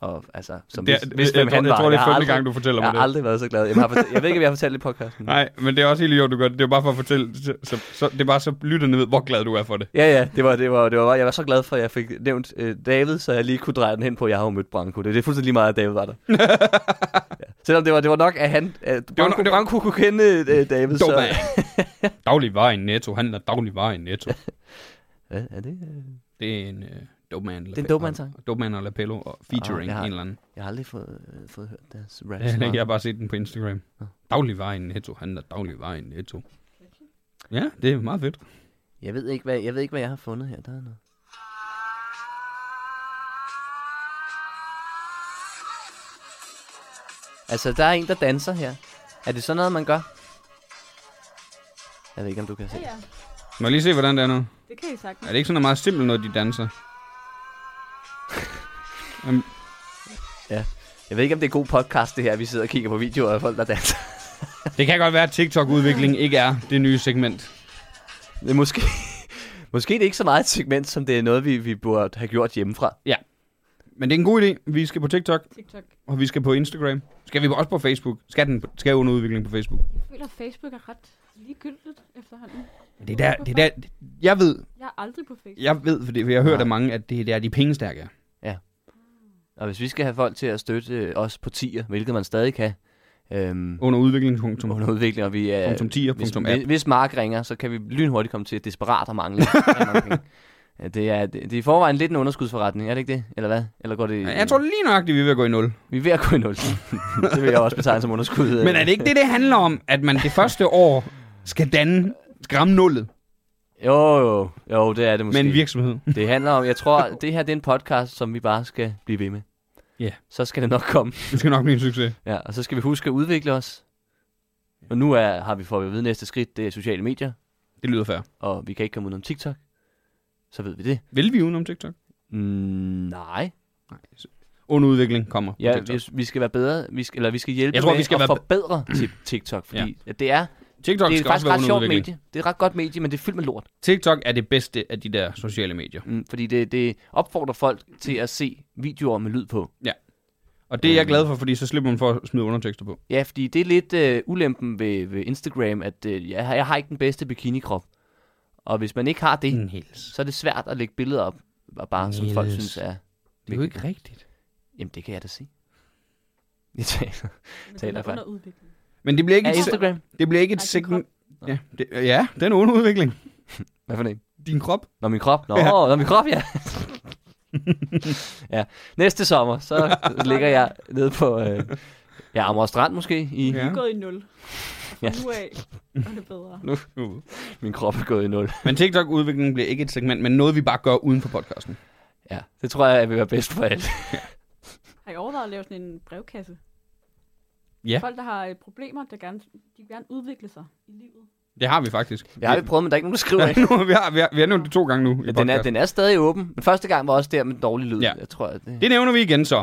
Speaker 3: Og altså, som
Speaker 1: Det,
Speaker 3: det,
Speaker 1: det,
Speaker 3: vidste, vidste, hvem
Speaker 1: jeg, tror,
Speaker 3: han var.
Speaker 1: jeg tror, det er
Speaker 3: Jeg har
Speaker 1: femte
Speaker 3: aldrig-
Speaker 1: gang, du fortæller mig
Speaker 3: Jeg har
Speaker 1: det.
Speaker 3: aldrig været så glad. Jeg, har fortalt, jeg ved ikke, om jeg har fortalt det i podcasten.
Speaker 1: Nej, men det er også helt i orden, du gør det. Det er bare for at fortælle. Så, så, så, det er bare så lytterne ved, hvor glad du er for det.
Speaker 3: Ja, ja, det var, det var, det var, jeg var så glad for, at jeg fik nævnt øh, David, så jeg lige kunne dreje den hen på, at jeg har jo mødt Branko. Det, det er fuldstændig lige meget, at David var der. ja. Selvom det var, det var nok, at han, at Branko,
Speaker 1: nok- det var- Mm.
Speaker 3: Branko kunne kende øh,
Speaker 1: Dope
Speaker 3: David. Så,
Speaker 1: man. Dagligvarer i Netto. Handler dagligvarer i Netto.
Speaker 3: Hvad er det? øh?
Speaker 1: Det er en uh, dope man.
Speaker 3: Det er en dope man sang.
Speaker 1: Dope man og Lapello og
Speaker 3: Ah,
Speaker 1: featuring
Speaker 3: jeg
Speaker 1: ah,
Speaker 3: har-
Speaker 1: en eller anden.
Speaker 3: Jeg har aldrig fået, øh, fået hørt deres rap. så
Speaker 1: Ja,
Speaker 3: meget.
Speaker 1: jeg har bare set den på Instagram.
Speaker 3: Ah.
Speaker 1: Dagligvarer i Netto. Handler dagligvarer i Netto. Ja, det er meget fedt.
Speaker 3: jeg, ved ikke, hvad, jeg ved ikke, hvad jeg har fundet her. Der er noget. Altså, der er en, der danser her. Er det sådan noget, man gør? Jeg ved ikke, om du kan se.
Speaker 4: Ja, ja.
Speaker 1: Må jeg lige se, hvordan det er nu?
Speaker 4: Det kan I sagtens.
Speaker 1: Er det ikke sådan noget meget simpelt noget, de danser?
Speaker 3: Ja. Jeg ved ikke, om det er god podcast, det her, vi sidder og kigger på videoer af folk, der danser.
Speaker 1: Det kan godt være, at TikTok-udvikling ikke er det nye segment.
Speaker 3: Men måske, måske det er ikke så meget et segment, som det er noget, vi, vi burde have gjort hjemmefra.
Speaker 1: Men det er en god idé. Vi skal på TikTok,
Speaker 4: TikTok.
Speaker 1: og vi skal på Instagram. Skal vi også på Facebook? Skal, den, skal under udvikling på Facebook?
Speaker 4: Jeg føler, at Facebook er ret ligegyldigt efterhånden.
Speaker 1: Det er der, det er der, jeg ved,
Speaker 4: Jeg er aldrig på Facebook.
Speaker 1: jeg ved, for det, for jeg har hørt af mange, at det er der, de pengestærke er.
Speaker 3: Og hvis vi skal have folk til at støtte øh, os på tier, hvilket man stadig kan, øhm,
Speaker 1: Under udvikling. punktum-
Speaker 3: under udvikling, og vi er...
Speaker 1: Punktum tier,
Speaker 3: hvis,
Speaker 1: punktum
Speaker 3: hvis,
Speaker 1: app.
Speaker 3: hvis Mark ringer, så kan vi lynhurtigt komme til at desperat at mangle. rigtig mange penge. Ja, det, er, det, det er i forvejen lidt en underskudsforretning, er det ikke det? Eller hvad? Eller går det...
Speaker 1: Jeg tror lige nøjagtigt, vi er ved at gå i nul.
Speaker 3: Vi er ved at gå i nul. det vil jeg også betegne som underskud. øh.
Speaker 1: Men er det ikke det, det handler om, at man det første år skal danne, skal ramme nullet
Speaker 3: Jo, jo, jo, det er det
Speaker 1: med
Speaker 3: måske.
Speaker 1: en virksomhed?
Speaker 3: Det handler om, jeg tror, det her det er en podcast, som vi bare skal blive ved med.
Speaker 1: Ja.
Speaker 3: Så skal det nok komme.
Speaker 1: Det skal nok blive en succes.
Speaker 3: Ja, og så skal vi huske at udvikle os. Og nu er, har vi fået at vide næste skridt, det er sociale medier,
Speaker 1: Det lyder fair.
Speaker 3: og vi kan ikke komme udenom TikTok. Så ved vi det.
Speaker 1: Vil vi udenom TikTok?
Speaker 3: Mm, nej.
Speaker 1: Nej. Under udvikling kommer på
Speaker 3: Ja,
Speaker 1: TikTok.
Speaker 3: vi, vi skal være bedre, vi skal, eller vi skal hjælpe
Speaker 1: Jeg tror,
Speaker 3: med
Speaker 1: vi skal
Speaker 3: at
Speaker 1: være-
Speaker 3: forbedre til TikTok, fordi ja. det er,
Speaker 1: TikTok
Speaker 3: det er
Speaker 1: skal også
Speaker 3: faktisk
Speaker 1: være
Speaker 3: ret
Speaker 1: under
Speaker 3: sjovt
Speaker 1: udvikling.
Speaker 3: medie. Det er et ret godt medie, men det er fyldt med lort.
Speaker 1: TikTok er det bedste af de der sociale medier.
Speaker 3: Mm, fordi det, det opfordrer folk til at se videoer med lyd på.
Speaker 1: Og det er jeg
Speaker 3: Mm.
Speaker 1: glad for, fordi så slipper man for at smide undertekster på.
Speaker 3: Ja, fordi det er lidt øh, ulempen ved, ved Instagram, at øh, jeg, har- jeg har ikke den bedste bikinikrop. Og hvis man ikke har det, mm.
Speaker 1: hils.
Speaker 3: så er det svært at lægge billeder op, og bare som folk
Speaker 1: Niels.
Speaker 3: synes er...
Speaker 1: Det er jo ikke rigtigt.
Speaker 3: Jamen, det kan jeg da se. Jeg taler
Speaker 4: Men
Speaker 3: Taler
Speaker 4: den er
Speaker 3: for-
Speaker 4: under udvikling.
Speaker 1: Men det bliver ikke
Speaker 3: af
Speaker 1: et, se-
Speaker 3: Instagram.
Speaker 1: det bliver ikke et
Speaker 4: Ej, din
Speaker 1: segment. Ja, det, ja, det er en ond udvikling.
Speaker 3: Hvad for en?
Speaker 1: Din krop.
Speaker 3: Nå, min krop. Nå,
Speaker 1: Ja.
Speaker 3: ja. nå min krop, ja. ja. Næste sommer, så ligger jeg nede på... Øh, ja, Amager Strand måske. I,
Speaker 4: Du
Speaker 1: Ja.
Speaker 4: er gået i nul. Og fra
Speaker 3: Ja.
Speaker 4: nu af er det bedre.
Speaker 1: Uh.
Speaker 3: Min krop er gået i nul.
Speaker 1: Men TikTok-udviklingen bliver ikke et segment, men noget, vi bare gør uden for podcasten.
Speaker 3: Ja, det tror jeg, jeg vil være bedst for alt.
Speaker 4: Har I overvejet at lave sådan en brevkasse?
Speaker 1: Ja.
Speaker 4: Folk, der har øh, problemer, der gerne, de vil gerne udvikle sig i
Speaker 3: Øhm.
Speaker 4: livet.
Speaker 1: Det har vi faktisk.
Speaker 3: Jeg har jo prøvet, men der er ikke nogen, der skriver ind.
Speaker 1: nu, har vi, har, vi, har, vi har nævnt det to gange nu. I
Speaker 3: Ja, den, er,
Speaker 1: podcasten.
Speaker 3: den er stadig åben, men første gang var også der med dårlig lyd.
Speaker 1: Ja.
Speaker 3: Ja. Jeg tror, at det,
Speaker 1: Det nævner vi igen så.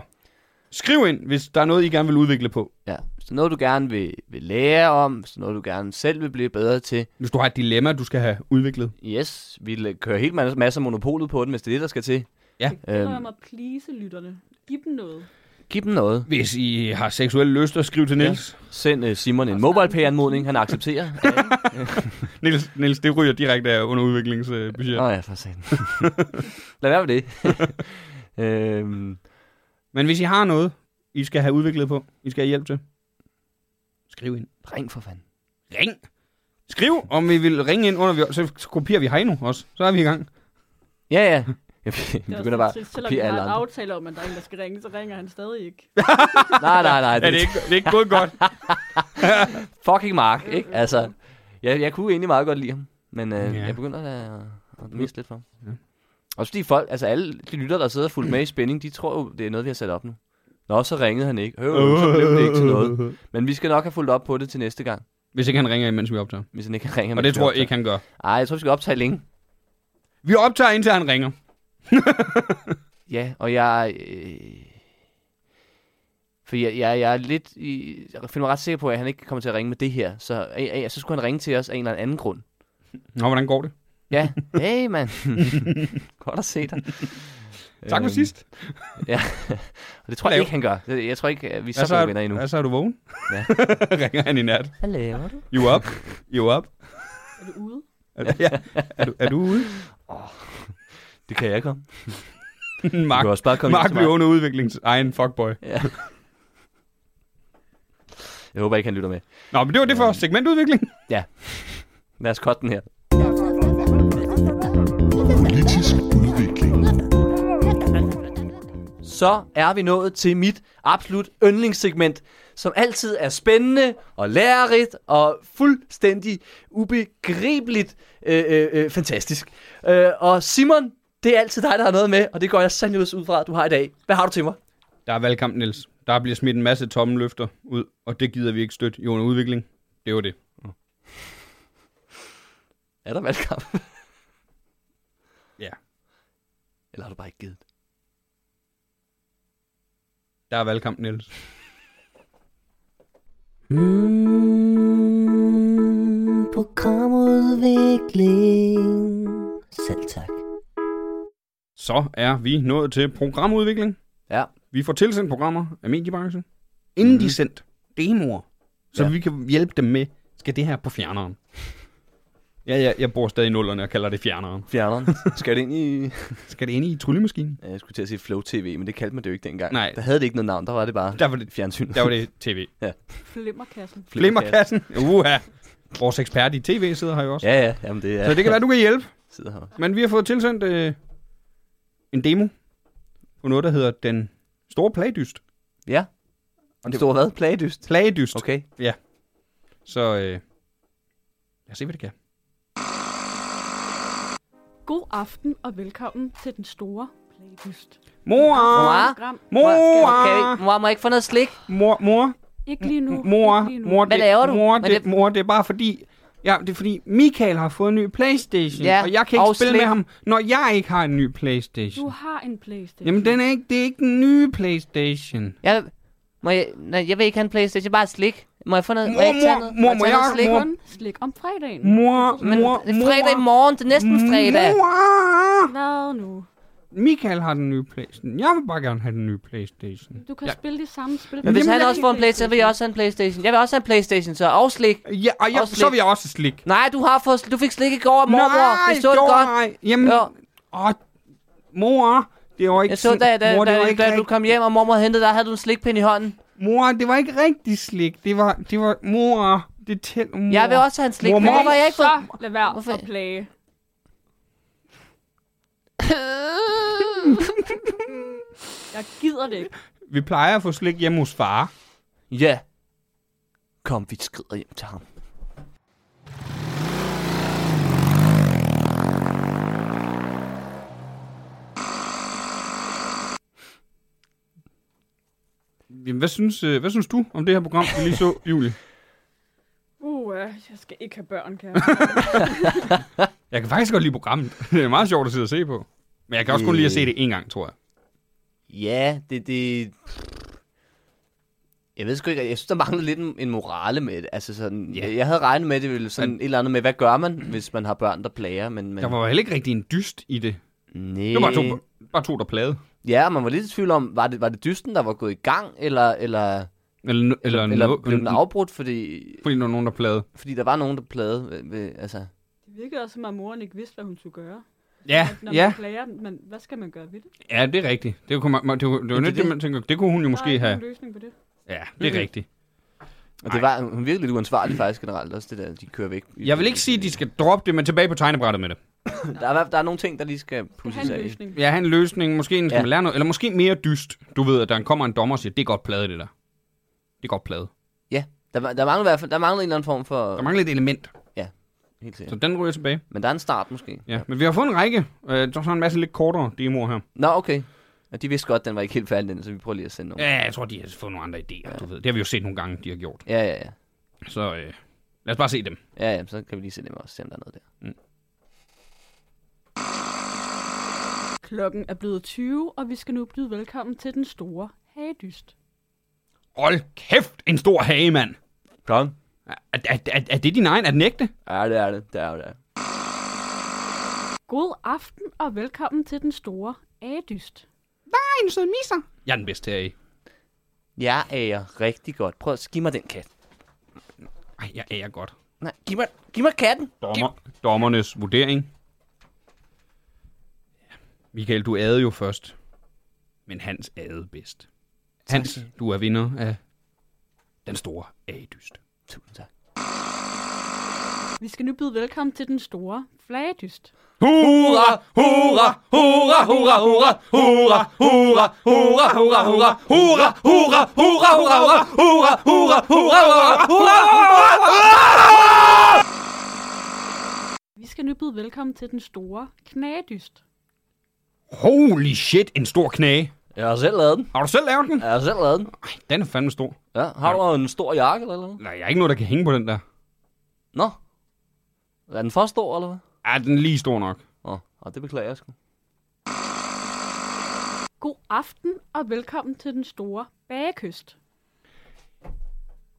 Speaker 1: Skriv ind, hvis der er noget, I gerne vil udvikle på.
Speaker 3: ja. Hvis der er noget, du gerne vil, vil lære om, hvis der er noget, du gerne selv vil blive bedre til,
Speaker 1: Hvis du har et dilemma, du skal have udviklet.
Speaker 3: yes, vi la- kører helt mas- masser af monopolet på den, hvis det er det, der skal til.
Speaker 1: Ja.
Speaker 4: Det gælder
Speaker 3: Øhm.
Speaker 4: om at please lytterne. Giv dem noget.
Speaker 3: Giv dem noget.
Speaker 1: Hvis I har seksuelle lyster, skriv til Nils.
Speaker 3: Send uh, Simon en MobilePay-anmodning, han accepterer.
Speaker 1: Nils, Nils det ryger direkte af under udviklingsbudget.
Speaker 3: Nå ja, for satan. Lad være med det. øhm,
Speaker 1: Men hvis I har noget, I skal have udviklet på, I skal have hjælp til, skriv ind.
Speaker 3: ring for fanden.
Speaker 1: Ring! Skriv, om vi vil ringe ind under, vi, så kopierer vi Heino også. Så er vi i gang.
Speaker 3: Ja, ja. Jeg
Speaker 4: Det er
Speaker 3: begynder
Speaker 4: også lidt
Speaker 3: bare at
Speaker 4: trist, selvom vi
Speaker 3: kopiere alle
Speaker 4: har en
Speaker 3: andre.
Speaker 4: aftale om, at der er en, der skal ringe, så ringer han stadig ikke.
Speaker 3: Nej, nej, nej.
Speaker 1: Er det ikke, det er ikke gået godt?
Speaker 3: fucking Mark, ikke? Altså, jeg, jeg kunne egentlig meget godt lide ham, men øh,
Speaker 1: Ja.
Speaker 3: ja. jeg begynder da at, at miste lidt for ham.
Speaker 1: Ja.
Speaker 3: Ja. Også fordi folk, altså alle de lytter, der sidder fuldt med i spænding, de tror jo, det er noget, vi har sat op nu. Nå, så ringede han ikke. Øh, så blev det ikke til noget. Men vi skal nok have fulgt op på det til næste gang,
Speaker 1: Hvis ikke han ringer, imens vi optager.
Speaker 3: hvis han ikke kan ringe.
Speaker 1: Og det tror jeg ikke, han gør.
Speaker 3: Ej, jeg tror, vi skal optage længe.
Speaker 1: Vi optager, indtil han ringer.
Speaker 3: Ja, og jeg... Øh, for jeg, jeg, jeg er lidt... I, jeg føler mig ret sikker på, at han ikke kommer til at ringe med det her. Så, øh, øh, så skulle han ringe til os af en eller anden grund.
Speaker 1: Nå, hvordan går det?
Speaker 3: Ja, hey mand. Godt at se dig.
Speaker 1: Tak for
Speaker 3: Øhm,
Speaker 1: sidst.
Speaker 3: og Det tror jeg
Speaker 1: Lav.
Speaker 3: ikke, han gør. Det- Jeg tror ikke, at vi er
Speaker 1: Hvad
Speaker 3: så
Speaker 1: så,
Speaker 3: gode
Speaker 1: er,
Speaker 3: venner endnu.
Speaker 1: hvad så er du vågen?
Speaker 3: Ja.
Speaker 1: ringer han i nat.
Speaker 3: Hvad laver du?
Speaker 1: You up? You up?
Speaker 4: Er du ude?
Speaker 1: Er, ja. er, du, er du ude?
Speaker 3: Det kan jeg komme. Du
Speaker 1: Mark,
Speaker 3: kan også bare komme
Speaker 1: Mark
Speaker 3: Mark
Speaker 1: bliver
Speaker 3: til mig.
Speaker 1: under udviklings egen fuckboy.
Speaker 3: Ja. Jeg håber ikke, han lytter med.
Speaker 1: Nå, men det var det for segmentudvikling.
Speaker 3: Lad os cutte den her.
Speaker 5: Politisk udvikling.
Speaker 3: Så er vi nået til mit absolut yndlingssegment, som altid er spændende og lærerigt og fuldstændig ubegribeligt øh, øh, øh, fantastisk. Øh, og Simon, det er altid dig, der har noget med, og det går jeg sandelig ud fra, at du har i dag. Hvad har du til mig?
Speaker 1: Der er valgkamp, Niels. Der bliver smidt en masse tomme løfter ud, og det gider vi ikke støtte i under udvikling. Det var det.
Speaker 3: Er der valgkamp?
Speaker 1: Ja.
Speaker 3: Eller har du bare ikke givet? det?
Speaker 1: Der er valgkamp, Niels.
Speaker 6: Mm, programudvikling. Selv tak.
Speaker 1: Så er vi nået til programudvikling.
Speaker 3: Ja.
Speaker 1: Vi får tilsendt programmer af mediebranchen, inden mm. de er sendt demoer, så ja.
Speaker 3: Ja.
Speaker 1: vi kan hjælpe dem med, skal det her på fjerneren? Ja, ja, jeg bor stadig i nullerne og kalder det fjerneren.
Speaker 3: Fjerneren. Skal det ind i...
Speaker 1: Skal det ind i tryllemaskinen?
Speaker 3: Ja, Jeg skulle til at sige Flow TV, men det kaldte man det jo ikke dengang.
Speaker 1: Nej.
Speaker 3: Der havde det ikke noget navn, der var det bare
Speaker 1: Der var det,
Speaker 3: fjernsyn.
Speaker 1: der var det tv.
Speaker 4: Flimmerkassen.
Speaker 1: Flimmerkassen. Uha. Vores ekspert i tv sidder her jo også.
Speaker 3: Ja, ja, jamen det er...
Speaker 1: Så det kan være, du kan hjælpe.
Speaker 3: Sidder her også.
Speaker 1: Men vi har fået tilsendt øh, en demo på noget, der hedder Den Store Plagedyst.
Speaker 3: Ja. Og det store hvad? Plagedyst.
Speaker 1: Plagedyst.
Speaker 3: Okay.
Speaker 1: Så øh, lad os se, hvad det kan.
Speaker 4: God aften og velkommen til den store playlyst.
Speaker 1: Mor!
Speaker 3: Mor!
Speaker 4: Program.
Speaker 1: Mor!
Speaker 3: Okay, mor, må jeg ikke få noget slik?
Speaker 1: Mor, mor,
Speaker 4: Ikke lige nu. ikke lige
Speaker 1: mor,
Speaker 4: nu.
Speaker 1: mor,
Speaker 3: Hvad
Speaker 1: det-
Speaker 3: laver du?
Speaker 1: Mor,
Speaker 3: Hvad
Speaker 1: det,
Speaker 3: er det-
Speaker 1: mor, det er bare fordi... Ja, det er fordi Michael har fået en ny Playstation,
Speaker 3: Ja,
Speaker 1: og jeg kan ikke
Speaker 3: og
Speaker 1: spille
Speaker 3: slik.
Speaker 1: med ham, når jeg ikke har en ny
Speaker 4: Du
Speaker 1: Playstation.
Speaker 4: har en Playstation.
Speaker 1: Jamen, den er ikke, det er ikke den nye Playstation.
Speaker 3: Jeg, må jeg, nej, jeg vil ikke have en Playstation, bare slik. Må jeg få noget?
Speaker 1: Mor,
Speaker 3: må jeg ikke tage
Speaker 1: mor,
Speaker 3: noget-
Speaker 1: mor,
Speaker 3: jeg
Speaker 1: må
Speaker 3: tage
Speaker 1: jeg-
Speaker 3: noget slik?
Speaker 1: mor.
Speaker 4: Kun slik om fredagen.
Speaker 1: Mor,
Speaker 3: Men
Speaker 1: mor, Mm.
Speaker 3: det er fredag i
Speaker 1: mor,
Speaker 3: morgen, det er næsten fredag.
Speaker 1: Mor!
Speaker 4: Hvad nu?
Speaker 1: Michael har den nye Playstation. Jeg vil bare gerne have den nye Playstation.
Speaker 4: Du kan
Speaker 1: Ja.
Speaker 4: ja. spille de samme spil.
Speaker 3: Men hvis
Speaker 1: Jamen,
Speaker 3: han
Speaker 1: jeg
Speaker 3: også får en Playstation, så vil jeg også have en Playstation. Jeg vil også have en Playstation, så og slik.
Speaker 1: Ja, og jeg,
Speaker 3: Og slik.
Speaker 1: så vil jeg også have slik.
Speaker 3: Nej, du har fået, du fik slik i går, mormor.
Speaker 1: Nej,
Speaker 3: jeg så det
Speaker 1: gjorde
Speaker 3: godt.
Speaker 1: jeg. Jamen,
Speaker 3: Jo.
Speaker 1: åh, mor, det var ikke
Speaker 3: Jeg så, da, da,
Speaker 1: mor,
Speaker 3: da,
Speaker 1: det var ikke
Speaker 3: da, da du
Speaker 1: rigtigt.
Speaker 3: kom hjem, og mormor hentede dig, havde du en slikpind i hånden.
Speaker 1: Mor, det var ikke rigtig slik. Det var, det var mor. Det tæl, mor.
Speaker 3: Jeg vil også have en slikpind.
Speaker 1: Mormor.
Speaker 3: Hvorfor har jeg ikke fået...
Speaker 4: Så lad være
Speaker 3: Hvorfor-
Speaker 4: Hvorfor? at plage. Jeg gider det ikke.
Speaker 1: Vi plejer at få slik hjemme hos far.
Speaker 3: Ja. Kom, vi skrider hjem til ham.
Speaker 1: Jamen, hvad synes, øh, hvad synes du om det her program, vi lige så, Julie?
Speaker 4: Uh, jeg skal ikke have børn, kan jeg.
Speaker 1: Jeg kan faktisk godt lide programmet. Det er meget sjovt at sidde og se på. Men jeg kan også kun lide at se det en gang, tror jeg.
Speaker 3: Ja, det... det... Jeg ved sgu ikke, jeg synes, der manglede lidt en, en morale med det. Altså sådan,
Speaker 1: Ja.
Speaker 3: jeg, jeg havde regnet med, det ville sådan et eller andet med, hvad gør man, hvis man har børn, der plager, men... men
Speaker 1: Der var jo heller ikke rigtig en dyst i det.
Speaker 3: Næh.
Speaker 1: Det var bare to, bare to der plagede.
Speaker 3: Ja, og man var lidt i tvivl om, var det, var det dysten, der var gået i gang, eller, eller,
Speaker 1: Eller, no- eller,
Speaker 3: eller, eller
Speaker 1: no-
Speaker 3: blev den
Speaker 1: en-
Speaker 3: afbrudt, fordi,
Speaker 1: Fordi der var nogen, der plagede.
Speaker 3: fordi der var nogen, der plagede. Ved, ved, altså.
Speaker 4: Det virkede også, som om moren ikke vidste, hvad hun skulle gøre.
Speaker 1: Ja,
Speaker 4: At Når
Speaker 1: ja.
Speaker 4: man plager, man, hvad skal man gøre ved det?
Speaker 1: Ja, det er rigtigt. Det kunne, man, det, var, det var
Speaker 3: er
Speaker 1: lidt det,
Speaker 3: det.
Speaker 1: man tænker. Det kunne hun jo
Speaker 4: der er
Speaker 1: måske
Speaker 4: ikke
Speaker 1: have.
Speaker 4: nogen løsning på det.
Speaker 1: Ja, det er
Speaker 3: Mhm.
Speaker 1: rigtigt.
Speaker 3: Og det var hun virkelig lidt uansvarlig faktisk generelt, også det der, de kører væk.
Speaker 1: Jeg vil ikke sige, at de skal droppe det, men tilbage på tegnebrættet med det.
Speaker 3: Der er, der er nogle ting, der lige skal
Speaker 4: Skal
Speaker 3: pusses
Speaker 4: have en
Speaker 3: af.
Speaker 4: løsning.
Speaker 1: Jeg har en løsning. Måske en skal
Speaker 3: Ja.
Speaker 1: ja. man lære noget. Eller måske mere dyst. Du ved, at der kommer en dommer og siger, det er godt plade, det der. Det er godt plade.
Speaker 3: Der, var- der mangler i hvert fald der mangler en eller anden form for...
Speaker 1: Der mangler et element,
Speaker 3: Helt
Speaker 1: så
Speaker 3: sikkert.
Speaker 1: den ryger tilbage.
Speaker 3: Men der er en start måske.
Speaker 1: Ja, men vi har fået en række. Øh, der er så en masse lidt kortere demoer her.
Speaker 3: Nå, okay. Og de vidste godt, at den var ikke helt færdig, den, så vi prøver lige at sende nogle.
Speaker 1: Ja, jeg tror, de har fået nogle andre idéer, du ved. Det har vi jo set nogle gange, de har gjort.
Speaker 3: Ja, ja, ja.
Speaker 1: Så øh, lad os bare se dem.
Speaker 3: Ja, ja, så kan vi lige se dem også, se om der er noget der.
Speaker 4: Klokken er blevet 20, og vi skal nu byde velkommen til den store hagedyst.
Speaker 1: Hold kæft, en stor hage, mand.
Speaker 3: Kom.
Speaker 1: Er, er, er, er det din egen? Er den ægte?
Speaker 3: Ja, det er det. Det er det.
Speaker 4: God aften og velkommen til den store agedyst.
Speaker 1: Nej, en sød misser. Jeg er den bedste her i.
Speaker 3: Jeg ærer rigtig godt. Prøv at give mig den kat.
Speaker 1: Ej, jeg ærer godt.
Speaker 3: Nej, giv mig, giv mig katten.
Speaker 1: Dommer, dommernes vurdering. Ja. Michael, du adede jo først, men Hans adede bedst. Hans, du er vinder af den store agedyst.
Speaker 3: Tusind tak.
Speaker 4: Vi skal nu byde velkommen til den store flagedyst.
Speaker 1: Hurra, hurra, hurra, hurra, hurra, hurra, hurra, hurra, hurra, hurra, hurra, hurra, hurra, hurra, hurra, hurra, hurra, hurra,
Speaker 4: Vi skal nu byde velkommen til den store knagedyst.
Speaker 1: Holy shit, en stor knage.
Speaker 3: Jeg har selv lavet den.
Speaker 1: Har du selv lavet den?
Speaker 3: Jeg har selv lavet den.
Speaker 1: Ej, den er fandme stor.
Speaker 3: Ja, har du en stor jakke eller noget?
Speaker 1: Nej, jeg er ikke noget, der kan hænge på den der.
Speaker 3: Nå. Er den for stor, eller hvad?
Speaker 1: Er den er lige stor nok?
Speaker 3: Nå, og det beklager jeg sgu.
Speaker 4: God aften og velkommen til den store bagekyst.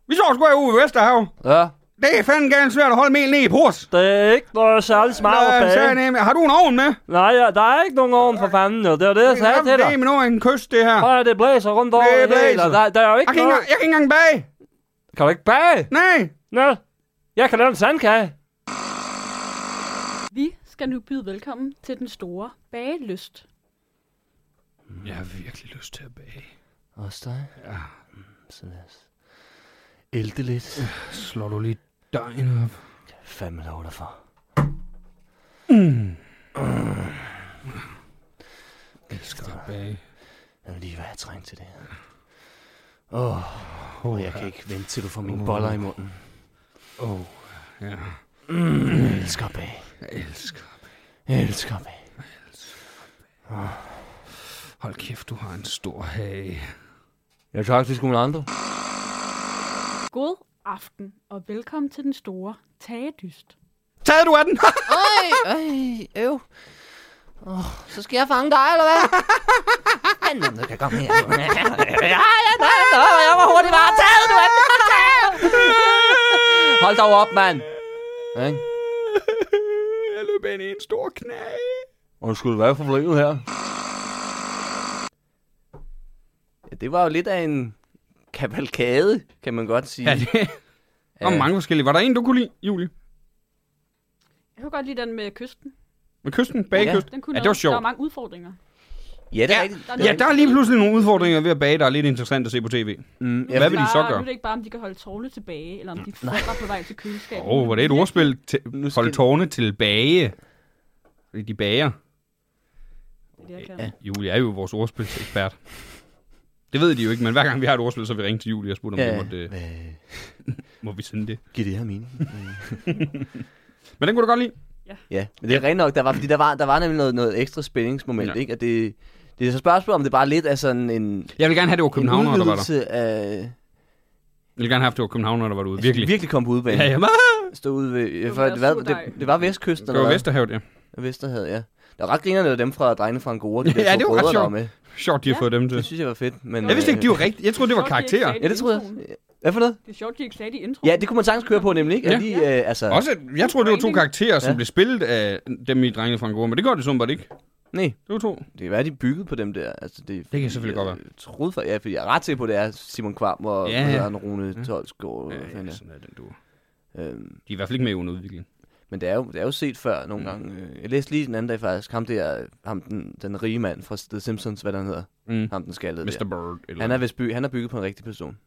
Speaker 1: Vi så sgu herude i Vesterhav.
Speaker 3: Ja,
Speaker 1: Det er fandme gerne svært at holde mel ned i pors.
Speaker 7: Det er ikke noget særlig smart at bage.
Speaker 1: Sagde, har du en ovn med?
Speaker 7: Nej, ja, der er ikke nogen ovn for fanden, jo. Det er jo det, jeg sagde til dig.
Speaker 1: Det er med noget en kyst, det her.
Speaker 7: Prøv at høre, det blæser rundt over
Speaker 1: Det
Speaker 7: det, det hele,
Speaker 1: blæser.
Speaker 7: og der, der er jo
Speaker 1: Jeg
Speaker 7: ikke
Speaker 1: kan, ikke,
Speaker 7: noget.
Speaker 1: engang- jeg kan ikke engang bage.
Speaker 7: Kan du ikke bage?
Speaker 1: Nej.
Speaker 7: Nå, jeg kan lave en sandkage.
Speaker 4: Vi skal nu byde velkommen til den store bagelyst.
Speaker 1: Jeg har virkelig lyst til at bage.
Speaker 3: Også dig? Ja.
Speaker 7: Mm,
Speaker 3: Så lad os ælte lidt.
Speaker 1: Slår du lige dejen op?
Speaker 3: Fandme lov dig for.
Speaker 1: tilbage.
Speaker 3: Jeg vil lige være trængt til det her. Åh, oh, oh, jeg kan ikke vente, til du får mine boller i munden.
Speaker 1: Åh, oh, ja.
Speaker 3: Jeg elsker bag.
Speaker 1: Jeg elsker.
Speaker 3: Jeg elsker bag.
Speaker 1: Hold kæft, du har en stor hage.
Speaker 3: Jeg tager faktisk nogle andre.
Speaker 4: God aften, og velkommen til den store tagedyst.
Speaker 1: Taget du af den?
Speaker 3: Øj, øj, øv. Oh, så skal jeg fange dig, eller hvad? Fanden, du kan komme her. Ja, ja, nej, nej, jeg var hurtigt bare. Tag du er Hold dog op, mand. Ikke?
Speaker 1: jeg løb ind i en stor knæ.
Speaker 3: Undskyld, hvad er problemet her? Ja, det var jo lidt af en kavalkade, kan man godt sige.
Speaker 1: Ja, det er
Speaker 3: Ja.
Speaker 1: mange forskellige. Var der en, du kunne lide, Julie?
Speaker 4: Jeg kunne godt lide den med kysten.
Speaker 1: Med kysten? Bagekysten?
Speaker 4: Den kunne
Speaker 1: Ja, det
Speaker 4: noget.
Speaker 1: var sjovt.
Speaker 4: Der er mange udfordringer.
Speaker 3: ja det er
Speaker 1: Ja.
Speaker 3: rigtigt.
Speaker 1: Ja, der er lige pludselig nogle udfordringer ved at bage, der er lidt interessant at se på tv.
Speaker 3: Mm, ja,
Speaker 1: Hvad vil de så
Speaker 4: Der- Nu
Speaker 1: gøre? Mm,
Speaker 4: er det ikke bare, om de kan holde tårne tilbage, eller om de falder på vej til køleskabet.
Speaker 1: Åh, oh, var det et ordspil?
Speaker 3: Nu
Speaker 1: Til,
Speaker 3: skal
Speaker 1: hold
Speaker 3: det-
Speaker 1: tårne tilbage. Fordi de bager.
Speaker 4: Det er det, jeg kan.
Speaker 3: Ja.
Speaker 1: Julie er jo vores ordspilsekspert. Det ved de jo ikke, men hver gang vi har et ordspil, så vil vi ringe til Julie og spørge, om ja.
Speaker 3: Ja,
Speaker 1: vi måtte, øh,
Speaker 3: hvad
Speaker 1: må vi sende det.
Speaker 3: giver det her mening? Øh.
Speaker 1: Men den kunne du godt lide.
Speaker 3: Ja, men det er rent nok, der var, fordi der var, der var nemlig noget, noget ekstra spændingsmoment,
Speaker 1: Ja.
Speaker 3: ja. ikke? Og det, det er så spørgsmål, om det bare lidt er sådan en,
Speaker 1: Jeg vil gerne have, det var
Speaker 3: en
Speaker 1: København, der var der.
Speaker 3: udvidelse af...
Speaker 1: Jeg vil gerne have, haft, det var København, der var derude. Virkelig.
Speaker 3: Altså, virkelig kom på udbanen.
Speaker 1: Ja, ja. ah,
Speaker 3: Stod ude ved, det,
Speaker 4: var
Speaker 3: var, det, var,
Speaker 4: surdej.
Speaker 3: det, det var Vestkysten,
Speaker 1: Det var Vesterhavet, ja.
Speaker 3: hvad? Vesterhavet, ja. Der var ret grinerne af dem fra Drengene fra Angora, de der
Speaker 1: Ja,
Speaker 3: ja, to
Speaker 1: det var ret
Speaker 3: brødre, der var
Speaker 1: sjovt.
Speaker 3: med.
Speaker 1: Sjovt, de har
Speaker 4: Ja.
Speaker 1: fået dem til.
Speaker 3: Det synes jeg var fedt. Men,
Speaker 1: Jeg vidste ikke, de
Speaker 3: øh,
Speaker 1: var rigtigt. Jeg troede, det var
Speaker 4: Sjovt, de ikke
Speaker 1: karakterer.
Speaker 4: sagde
Speaker 3: Ja, det troede
Speaker 4: i introen.
Speaker 3: jeg. Hvad for noget?
Speaker 4: Det er sjovt, de ikke sagde det i introen.
Speaker 3: Ja, det kunne man sagtens køre på nemlig, ikke?
Speaker 1: Ja.
Speaker 3: Ja. Lige, øh, altså,
Speaker 1: Også, jeg troede, det var to
Speaker 4: Branding.
Speaker 1: karakterer, som
Speaker 3: Ja.
Speaker 1: blev spillet af dem i Drengene fra Angora, men det gør det som bare ikke.
Speaker 3: Nej,
Speaker 1: Det var to.
Speaker 3: det kan være, de byggede på dem der. Altså, det, det
Speaker 1: kan selvfølgelig godt
Speaker 3: være. Troede for, ja, fordi jeg er ret sikker på, at det er Simon Kvam og
Speaker 1: Ja, ja.
Speaker 3: ja, ja. Rune Tolsgaard. Ja,
Speaker 1: Ja,
Speaker 3: ja,
Speaker 1: ja, sådan er den du.
Speaker 3: Øhm,
Speaker 1: De er i hvert fald ikke med i underudviklingen.
Speaker 3: Men det er jo, det er jo set før nogle mm. gange. Øh, Jeg læste lige den anden dag faktisk, ham der, ham den, den rige mand fra The Simpsons, hvad den hedder,
Speaker 1: Mm.
Speaker 3: ham den skaldede
Speaker 1: Mr.
Speaker 3: der.
Speaker 1: Bird. Eller
Speaker 3: Han er, vist by, han er bygget på en rigtig person,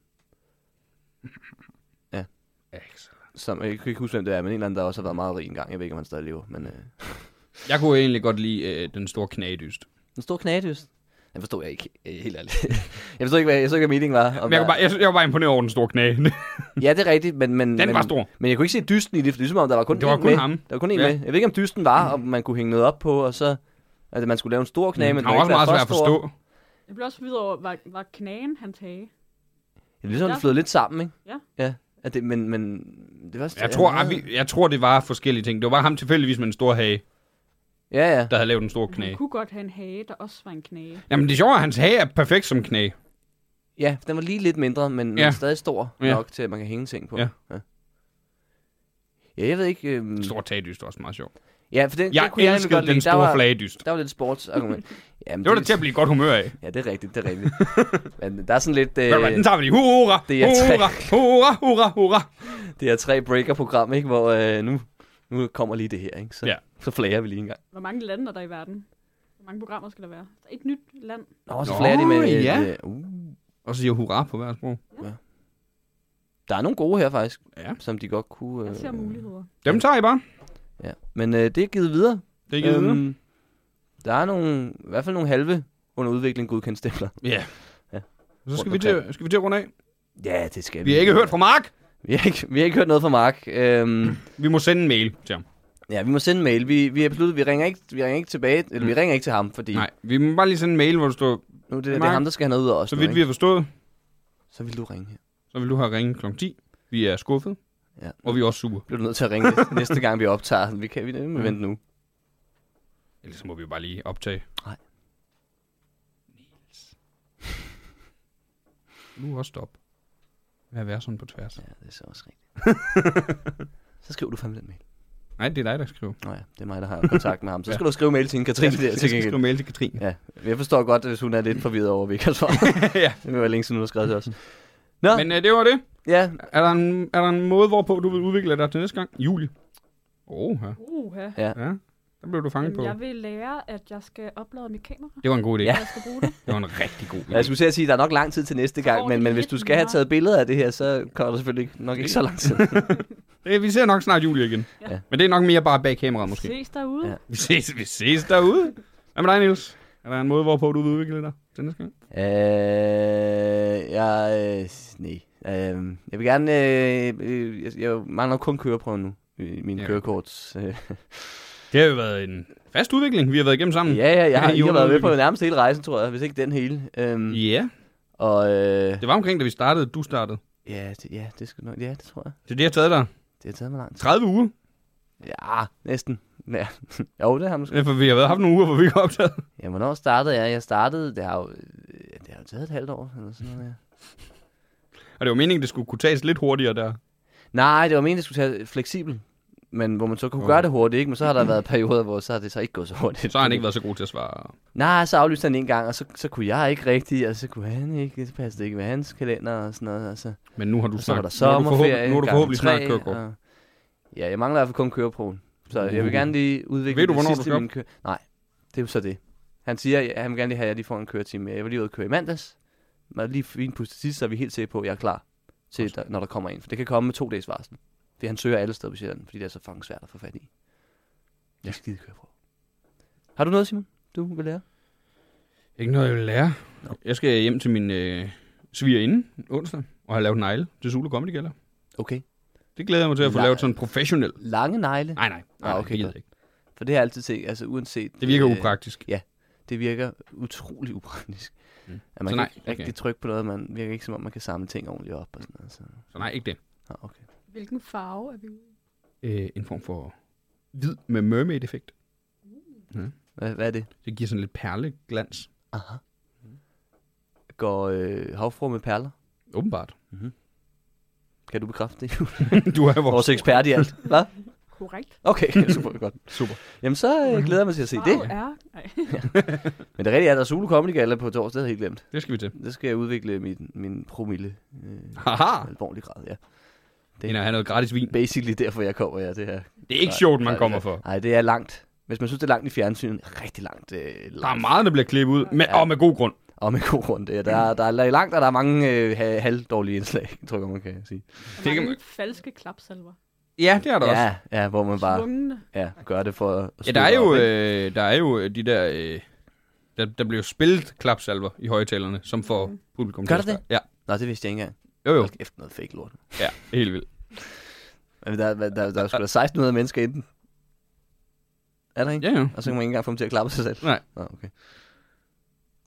Speaker 1: Excellent.
Speaker 3: som jeg kan ikke huske, hvem det er, men en eller anden, der også har været meget rig engang. Jeg ved ikke, om han stadig lever, men øh,
Speaker 1: Jeg kunne egentlig godt lide øh, den store knagedyst.
Speaker 3: en stor knagedyst. Den forstod jeg ikke, øh, helt ærligt. jeg forstod ikke, hvad, jeg forstod ikke, hvad meningen var.
Speaker 1: Men jeg, kunne bare, jeg, jeg var bare imponeret over den store knage.
Speaker 3: Ja, det er rigtigt, men... men
Speaker 1: den
Speaker 3: men,
Speaker 1: var stor.
Speaker 3: Men jeg kunne ikke se dysten i det, for det er som om, der var kun
Speaker 1: Det var
Speaker 3: én
Speaker 1: kun
Speaker 3: med.
Speaker 1: ham.
Speaker 3: Der var kun en
Speaker 1: Ja.
Speaker 3: med. Jeg ved ikke, om dysten var, om man kunne hænge noget op på, og så... Altså, man skulle lave en stor knage, men
Speaker 1: Mm, Han var
Speaker 3: ikke
Speaker 1: også meget
Speaker 3: være
Speaker 1: svær
Speaker 3: for
Speaker 1: at
Speaker 3: stor.
Speaker 1: forstå.
Speaker 4: Jeg blev også videre over, var, var knagen han tage?
Speaker 3: Ja, det er sådan,
Speaker 4: Ja.
Speaker 3: ja. flød lidt sammen, ikke?
Speaker 4: Ja.
Speaker 3: Ja, at det, men, men det var... også-
Speaker 1: Jeg tror,
Speaker 3: ja,
Speaker 1: at vi, jeg tror, det var forskellige ting. Det var bare ham tilfældigvis med en stor hage,
Speaker 3: Ja, ja.
Speaker 1: der havde lavet en stor
Speaker 4: Han
Speaker 1: knage.
Speaker 4: kunne godt have en hage, der også var en knage.
Speaker 1: Jamen det sjove er, at hans hage er perfekt som knæ.
Speaker 3: Ja, den var lige lidt mindre, men, ja.
Speaker 1: Ja.
Speaker 3: men stadig stor
Speaker 1: Ja.
Speaker 3: ja. nok til, at man kan hænge ting på.
Speaker 1: Ja.
Speaker 3: Ja, ja jeg ved ikke... Øhm...
Speaker 1: En stor tagdyst er også meget sjov.
Speaker 3: Ja, for den,
Speaker 1: Jeg
Speaker 3: den kunne jeg nemlig
Speaker 1: elskede
Speaker 3: godt
Speaker 1: den
Speaker 3: lide. Der
Speaker 1: store
Speaker 3: var,
Speaker 1: flagedyst.
Speaker 3: der var lidt sportsargument. Jamen,
Speaker 1: Det var da til at blive i godt humør af.
Speaker 3: Ja, det er rigtigt, det er rigtigt. men der er sådan lidt...
Speaker 1: Ved du hvad, Den
Speaker 3: Øh,
Speaker 1: tager vi lige. Hurra,
Speaker 3: det er tre.
Speaker 1: hurra, hurra, hurra, hurra.
Speaker 3: det er tre breaker-program, ikke? Hvor øh, nu, nu kommer lige det her, ikke? Så,
Speaker 1: Ja.
Speaker 3: så flager vi lige en gang.
Speaker 4: Hvor mange lande er der i verden? Hvor mange programmer skal der være? Der er et nyt land.
Speaker 3: Nå, så
Speaker 1: Nå,
Speaker 3: flager de med... øh,
Speaker 1: ja.
Speaker 3: øh, uh,
Speaker 1: Og så siger hurra på hver sprog.
Speaker 3: der er nogle gode her, faktisk.
Speaker 1: Ja.
Speaker 3: Som de godt kunne...
Speaker 4: Jeg ser muligheder.
Speaker 1: Dem tager I bare.
Speaker 3: Ja. Men øh, det er givet videre.
Speaker 1: Det er givet. videre.
Speaker 3: Øhm, der er nogle, i hvert fald nogle halve under udvikling godkendt stempler.
Speaker 1: Ja.
Speaker 3: Ja.
Speaker 1: Så skal
Speaker 3: Rundt
Speaker 1: vi, til, skal vi til at runde af.
Speaker 3: Ja, det skal
Speaker 1: Vi har ikke hørt fra Mm. Mark.
Speaker 3: Vi har ikke, vi har ikke hørt noget fra Mark. Øhm,
Speaker 1: Vi må sende en mail til ham.
Speaker 3: ja, vi må sende en mail. Vi, vi har besluttet, vi ringer ikke, vi ringer ikke tilbage, eller vi ringer ikke til ham, fordi
Speaker 1: Mm. Nej, vi må bare lige sende en mail, hvor du står,
Speaker 3: nu er det, det er
Speaker 1: Mark.
Speaker 3: ham, der skal have noget ud af os.
Speaker 1: så
Speaker 3: nu,
Speaker 1: vidt vi
Speaker 3: ikke?
Speaker 1: har forstået,
Speaker 3: så vil du ringe her.
Speaker 1: så vil du have ringet kl. 10. Vi er skuffet,
Speaker 3: Ja.
Speaker 1: og vi er også sure.
Speaker 3: Bliver du nødt til at ringe næste- næste gang, vi optager. Vi kan vi det med vente nu.
Speaker 1: Ellers så må vi jo bare lige optage.
Speaker 3: Nej.
Speaker 1: Nu også stop. Med at være sådan på tværs.
Speaker 3: Ja, det er så også rigtigt. så skriver du fandme den mail.
Speaker 1: Nej, det er dig, der skriver.
Speaker 3: Nå ja, det er mig, der har kontakt med ham. Så skal du skrive mail til en Katrine der
Speaker 1: jeg
Speaker 3: til
Speaker 1: skal
Speaker 3: gengæld.
Speaker 1: skrive mail til Katrine.
Speaker 3: Ja, jeg forstår godt, hvis hun er lidt forvirret over, at vi ikke har svaret.
Speaker 1: ja.
Speaker 3: Det var længe siden, hun har skrevet til os. Nå,
Speaker 1: Men øh, det var det.
Speaker 3: ja,
Speaker 1: Er der, en, er der en måde, hvorpå du vil udvikle dig til næste gang? Juli. Åh, ja.
Speaker 4: Uha.
Speaker 1: ja. Der blev du fanget
Speaker 4: Jamen,
Speaker 1: på.
Speaker 4: jeg vil lære, at jeg skal oplade mit kamera.
Speaker 1: Det var en god idé.
Speaker 3: Ja. Altså-
Speaker 4: Jeg skal bruge det.
Speaker 1: Det var en rigtig god idé.
Speaker 3: jeg skulle til at sige, at der er nok lang tid til næste
Speaker 4: Åh,
Speaker 3: gang,
Speaker 4: det
Speaker 3: men,
Speaker 4: er
Speaker 3: men hvis
Speaker 4: lidt
Speaker 3: du skal have
Speaker 4: meget.
Speaker 3: taget billeder af det her, så kommer der selvfølgelig nok ikke så lang tid.
Speaker 1: Øh, Vi ser nok snart Julie igen.
Speaker 4: Ja.
Speaker 1: Men det er nok mere bare bag kameraet måske.
Speaker 4: Ses derude.
Speaker 3: Ja.
Speaker 1: Vi ses, vi ses derude. Hvad med dig, Niels? Er der en måde, hvorpå du vil udvikle dig til næste gang?
Speaker 3: Øh, jeg, øh, nej. Øh, jeg vil gerne, øh, øh, jeg, jeg mangler kun køreprøven nu. i Min
Speaker 1: Ja.
Speaker 3: ja. kørekort. Øh,
Speaker 1: Det har jo været en fast udvikling, vi har været igennem sammen.
Speaker 3: ja, ja, jeg har,
Speaker 1: I
Speaker 3: I har været med
Speaker 1: underudvikling.
Speaker 3: på nærmest hele rejsen, tror jeg, hvis ikke den hele. Øhm,
Speaker 1: Ja,
Speaker 3: Og øh,
Speaker 1: det var omkring, da vi startede, du startede.
Speaker 3: ja, det, ja, det skal nok, ja, det tror jeg.
Speaker 1: Det er det, jeg har taget dig.
Speaker 3: Det har taget mig lang tid.
Speaker 1: 30 uger.
Speaker 3: Ja, næsten. Ja. jo, det har måske.
Speaker 1: Ja, For vi har været haft nogle uger, hvor vi ikke har optaget.
Speaker 3: Ja, hvornår startede jeg? Jeg startede, det har jo, øh, det har jo taget et halvt år, eller sådan noget, ja.
Speaker 1: Og det var meningen, det skulle kunne tages lidt hurtigere der.
Speaker 3: Nej, det var meningen, det skulle tage fleksibel. Men hvor man så kunne
Speaker 1: Okay.
Speaker 3: okay. gøre det hurtigt, ikke? Men så har der været perioder, hvor så har det så ikke gået så hurtigt.
Speaker 1: Så har han ikke været så god til at svare.
Speaker 3: Nej, så aflyste han en gang, og så, så kunne jeg ikke rigtigt, og så kunne han ikke, det passede ikke med hans kalender og sådan noget. altså. Og så,
Speaker 1: Men nu har du
Speaker 3: og så var
Speaker 1: snart, nu har du
Speaker 3: der
Speaker 1: forhåbentlig,
Speaker 3: sommerferie,
Speaker 1: nu har du
Speaker 3: gang
Speaker 1: forhåbentlig
Speaker 3: tre,
Speaker 1: snart kørekort.
Speaker 3: og- Ja, jeg mangler i hvert fald kun køreproven. Så jeg vil
Speaker 1: Uh.
Speaker 3: gerne lige udvikle
Speaker 1: Ved du,
Speaker 3: det
Speaker 1: hvornår du
Speaker 3: sidste
Speaker 1: skal
Speaker 3: i
Speaker 1: op?
Speaker 3: min kø... Nej, det er jo så det. Han siger, at han vil gerne lige have, at jeg lige får en køretime mere. Jeg var lige ude at køre i mandags. Men lige fint på sidst, så er vi helt sikre på, at jeg er klar, til, der, når der kommer en. For det kan komme med to dages varsel. Fordi han søger alle steder på Sjælland, fordi det er så fucking svært at få fat i. Jeg skide køre på. Har du noget, Simon, du vil lære?
Speaker 1: Ikke noget, jeg vil lære. Jeg skal hjem til min øh, svigerinde onsdag, og har lavet negle til Zulu Comedy Gala.
Speaker 3: Okay.
Speaker 1: Det glæder jeg mig til at få
Speaker 3: Nej.
Speaker 1: lavet sådan professionelt.
Speaker 3: Lange negle.
Speaker 1: Nej, nej. nej
Speaker 3: Ah, okay,
Speaker 1: det, gider
Speaker 3: godt.
Speaker 1: jeg ikke.
Speaker 3: For det har jeg altid set, altså uanset...
Speaker 1: det virker
Speaker 3: øh,
Speaker 1: upraktisk.
Speaker 3: Det virker utrolig upraktisk. Mm. At man
Speaker 1: Så
Speaker 3: så
Speaker 1: nej,
Speaker 3: nej, kan ikke
Speaker 1: okay.
Speaker 3: rigtig trykke på noget, man virker ikke som om, man kan samle ting ordentligt op og sådan noget. Så.
Speaker 1: Så nej, ikke det.
Speaker 3: Ah, okay.
Speaker 4: Hvilken farve er vi ude i?
Speaker 1: Øh, en form for hvid med mermaid-effekt.
Speaker 3: Hvad, hvad er det?
Speaker 1: Det giver sådan lidt perleglans.
Speaker 3: Aha. Går øh, havfru med perler?
Speaker 1: Åbenbart.
Speaker 3: Kan du bekræfte det? Jul?
Speaker 1: du er vores...
Speaker 3: Vores ekspert i alt. Hvad?
Speaker 4: Korrekt.
Speaker 3: Okay, super godt.
Speaker 1: Super.
Speaker 3: Jamen så øh, glæder jeg mig til at se det.
Speaker 4: Farve er... Nej.
Speaker 3: Men det rigtige er, der er Zulu Comedy Gala på torsdag, det havde jeg helt glemt.
Speaker 1: Det skal vi til.
Speaker 3: Der skal jeg udvikle min, min promille. Øh,
Speaker 1: Haha!
Speaker 3: alvorlig grad, ja.
Speaker 1: Det er have noget gratis vin.
Speaker 3: Basically derfor, jeg kommer, ja, det her.
Speaker 1: Det er ikke sjovt, man kommer for.
Speaker 3: Nej, det er langt. Hvis man synes, det er langt i fjernsynet, rigtig langt. Øh,
Speaker 1: Der er
Speaker 3: langt.
Speaker 1: meget, der bliver klippet ud, med, og med god grund.
Speaker 3: Og med god grund, det er. Der, er- der er langt, og der er mange øh, ha- halvdårlige indslag, tror jeg, man kan sige.
Speaker 1: Det
Speaker 4: Det
Speaker 1: kan
Speaker 4: kan
Speaker 1: man-
Speaker 4: Falske klapsalver.
Speaker 1: Ja, det er der også.
Speaker 3: Ja, ja, hvor man bare
Speaker 4: Svungne.
Speaker 3: ja, gør det for at
Speaker 1: Ja, der er
Speaker 3: støtte
Speaker 1: jo,
Speaker 3: op, ikke?
Speaker 1: øh, der er jo øh, de der... Øh, der, der bliver jo spillet klapsalver i højtalerne, som får publikum
Speaker 3: Mm. Gør
Speaker 1: til
Speaker 3: der
Speaker 1: at spørge.
Speaker 3: Nå, det vidste jeg ikke engang.
Speaker 1: Ja, jo jo.
Speaker 3: Hold kæft, noget fake lort.
Speaker 1: Ja, helt vildt.
Speaker 3: Men der, der, der, der er sgu da 1600 mennesker i den. Er der ikke?
Speaker 1: Ja, ja.
Speaker 3: Og så kan man ikke engang få dem til at klappe sig selv.
Speaker 1: Nej.
Speaker 3: Nå, okay.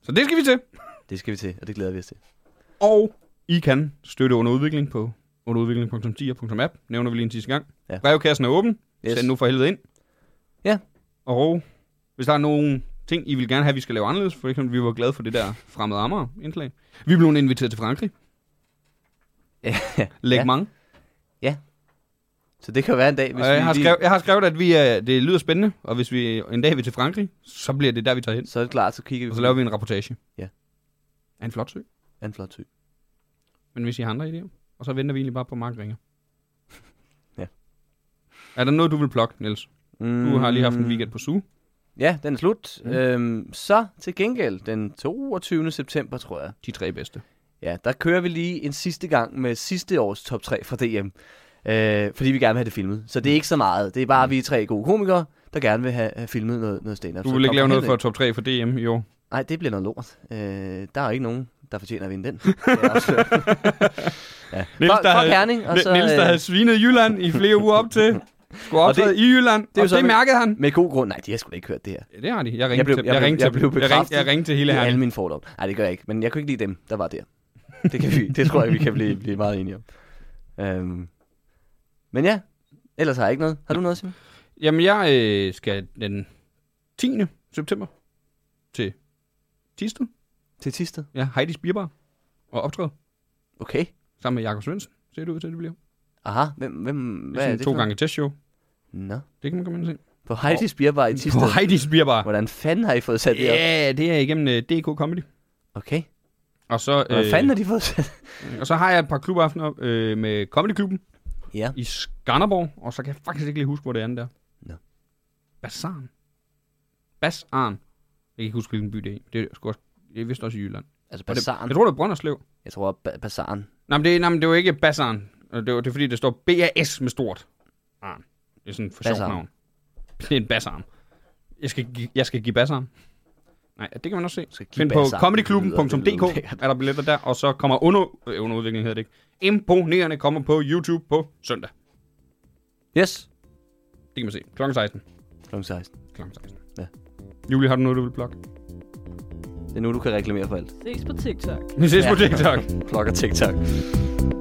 Speaker 1: Så det skal vi til.
Speaker 3: Det skal vi til, og det glæder vi os til.
Speaker 1: Og I kan støtte under udvikling på underudvikling.10.app, nævner vi lige en sidste gang. Ja.
Speaker 3: Ja.
Speaker 1: Brevkassen er åben. Yes.
Speaker 3: Yes.
Speaker 1: Send nu for helvede ind.
Speaker 3: Ja.
Speaker 1: Og hvis der er nogen ting, I vil gerne have, at vi skal lave anderledes, for eksempel, vi var glade for det der fremmede Amager indslag. Vi blev inviteret til Frankrig.
Speaker 3: Ja.
Speaker 1: Læg
Speaker 3: Ja.
Speaker 1: mange.
Speaker 3: Så det kan jo være en dag, hvis
Speaker 1: Og jeg,
Speaker 3: vi
Speaker 1: har
Speaker 3: lige-
Speaker 1: skrevet, jeg har skrevet, at vi er, det lyder spændende, og hvis vi en dag vil til Frankrig, så bliver det der, vi tager hen.
Speaker 3: Så er det klart, så kigger vi
Speaker 1: Og så laver vi en rapportage.
Speaker 3: Ja.
Speaker 1: Er en flot sø.
Speaker 3: Er en flot tyg.
Speaker 1: Men hvis I har andre idéer, og så venter vi egentlig bare på Mark ringer.
Speaker 3: Ja.
Speaker 1: Er der noget, du vil plukke, Niels?
Speaker 3: Mm.
Speaker 1: Du har lige haft en weekend på SU.
Speaker 3: Ja, den er slut. Mm. Øhm, så til gengæld, den 22. september, tror jeg,
Speaker 1: De tre bedste.
Speaker 3: Ja, der kører vi lige en sidste gang med sidste års top 3 fra DM. Øh, fordi vi gerne vil have det filmet. Så det er ikke så meget. Det er bare, at vi er tre gode komikere, der gerne vil have, have filmet noget, noget stand-up.
Speaker 1: Du
Speaker 3: Så
Speaker 1: vil ikke
Speaker 3: kom
Speaker 1: lave noget
Speaker 3: hen
Speaker 1: for
Speaker 3: med-
Speaker 1: top 3 for DM i år.
Speaker 3: Nej, det bliver noget lort. Øh, der er jo ikke nogen, der fortjener at vinde den. Det er absolut- ja.
Speaker 1: Niels, der
Speaker 3: Fuck- fuck
Speaker 1: havde-
Speaker 3: Herning, og så,
Speaker 1: Niels, der
Speaker 3: øh,
Speaker 1: havde svinet Jylland i flere uger op til, skulle
Speaker 3: Og
Speaker 1: optræde i Jylland, det,
Speaker 3: er jo
Speaker 1: og
Speaker 3: så
Speaker 1: det
Speaker 3: med-
Speaker 1: mærkede han.
Speaker 3: med god grund. Nej, de har sgu da ikke hørt det her.
Speaker 1: Ja, Det har de. Jeg ringte
Speaker 3: Jeg blev-
Speaker 1: til,
Speaker 3: jeg
Speaker 1: jeg
Speaker 3: blev-
Speaker 1: ringte til,
Speaker 3: jeg blev
Speaker 1: jeg ringte,
Speaker 3: bekræftet
Speaker 1: jeg ringte til hele
Speaker 3: Det er alle
Speaker 1: Herning.
Speaker 3: mine fordomme. Nej, det gør jeg ikke. Men jeg kunne ikke lide dem, der var der. Det, kan vi, det tror jeg, vi kan blive, blive meget enige om. Øhm. Men ja, ellers har jeg ikke noget. Har du noget, Simon?
Speaker 1: Jamen, jeg øh, skal den 10. september til Tisted.
Speaker 3: Til Tisted?
Speaker 1: Ja, Heidis Bierbar. Og optræde
Speaker 3: Okay.
Speaker 1: sammen med Jakob Svendsen. Ser det ud til, det bliver.
Speaker 3: Aha, hvem, hvem
Speaker 1: Det er
Speaker 3: hvad er
Speaker 1: sådan
Speaker 3: det
Speaker 1: to
Speaker 3: for?
Speaker 1: gange et testshow.
Speaker 3: Nå,
Speaker 1: Det kan man komme ind og se.
Speaker 3: på Heidi's Bierbar i Tisted.
Speaker 1: På Heidis Bierbar.
Speaker 3: Hvordan fanden har I fået sat det op?
Speaker 1: Ja, det er igennem uh, DK Comedy.
Speaker 3: Okay,
Speaker 1: Og så, øh,
Speaker 3: hvordan fanden har de fået sat
Speaker 1: og så har jeg et par klubaftener øh, med Comedy Klubben
Speaker 3: Ja,
Speaker 1: i Skanderborg, og så kan jeg faktisk ikke lige huske, hvor det andet er.
Speaker 3: Nå.
Speaker 1: Bassaren. Bassaren. Jeg kan ikke huske, hvilken by det er. i. Det er, sgu også, det er vist også i Jylland.
Speaker 3: altså
Speaker 1: Og
Speaker 3: Bazaren.
Speaker 1: Det, jeg tror, det er Brønderslev.
Speaker 3: Jeg tror, ba- Bazaren.
Speaker 1: Nej, men det, nej, men det var ikke Bassaren. Og Det var, det er fordi, det står BAS med stort. Arn. Det er sådan for sjovt
Speaker 3: Bassarm.
Speaker 1: navn. Det er en bassarm. Jeg skal, gi- jeg skal give bassarm. Nej, det kan man også se.
Speaker 3: Skal give
Speaker 1: Find på
Speaker 3: Bass sammen, det lyder
Speaker 1: comedyklubben.dk
Speaker 3: lækkert.
Speaker 1: er der billetter der, og så kommer under, øh, underudvikling hedder det ikke. Imponerende kommer på YouTube på søndag.
Speaker 3: Yes.
Speaker 1: Det kan man se. Klokken 16.
Speaker 3: Klokken 16.
Speaker 1: Klokken 16.
Speaker 3: Ja.
Speaker 1: Julie, har du noget, du vil blokke?
Speaker 3: Det er nu, du kan reklamere for alt.
Speaker 4: Ses på TikTok.
Speaker 1: Vi ses
Speaker 3: Ja.
Speaker 1: på TikTok.
Speaker 3: Plok og TikTok.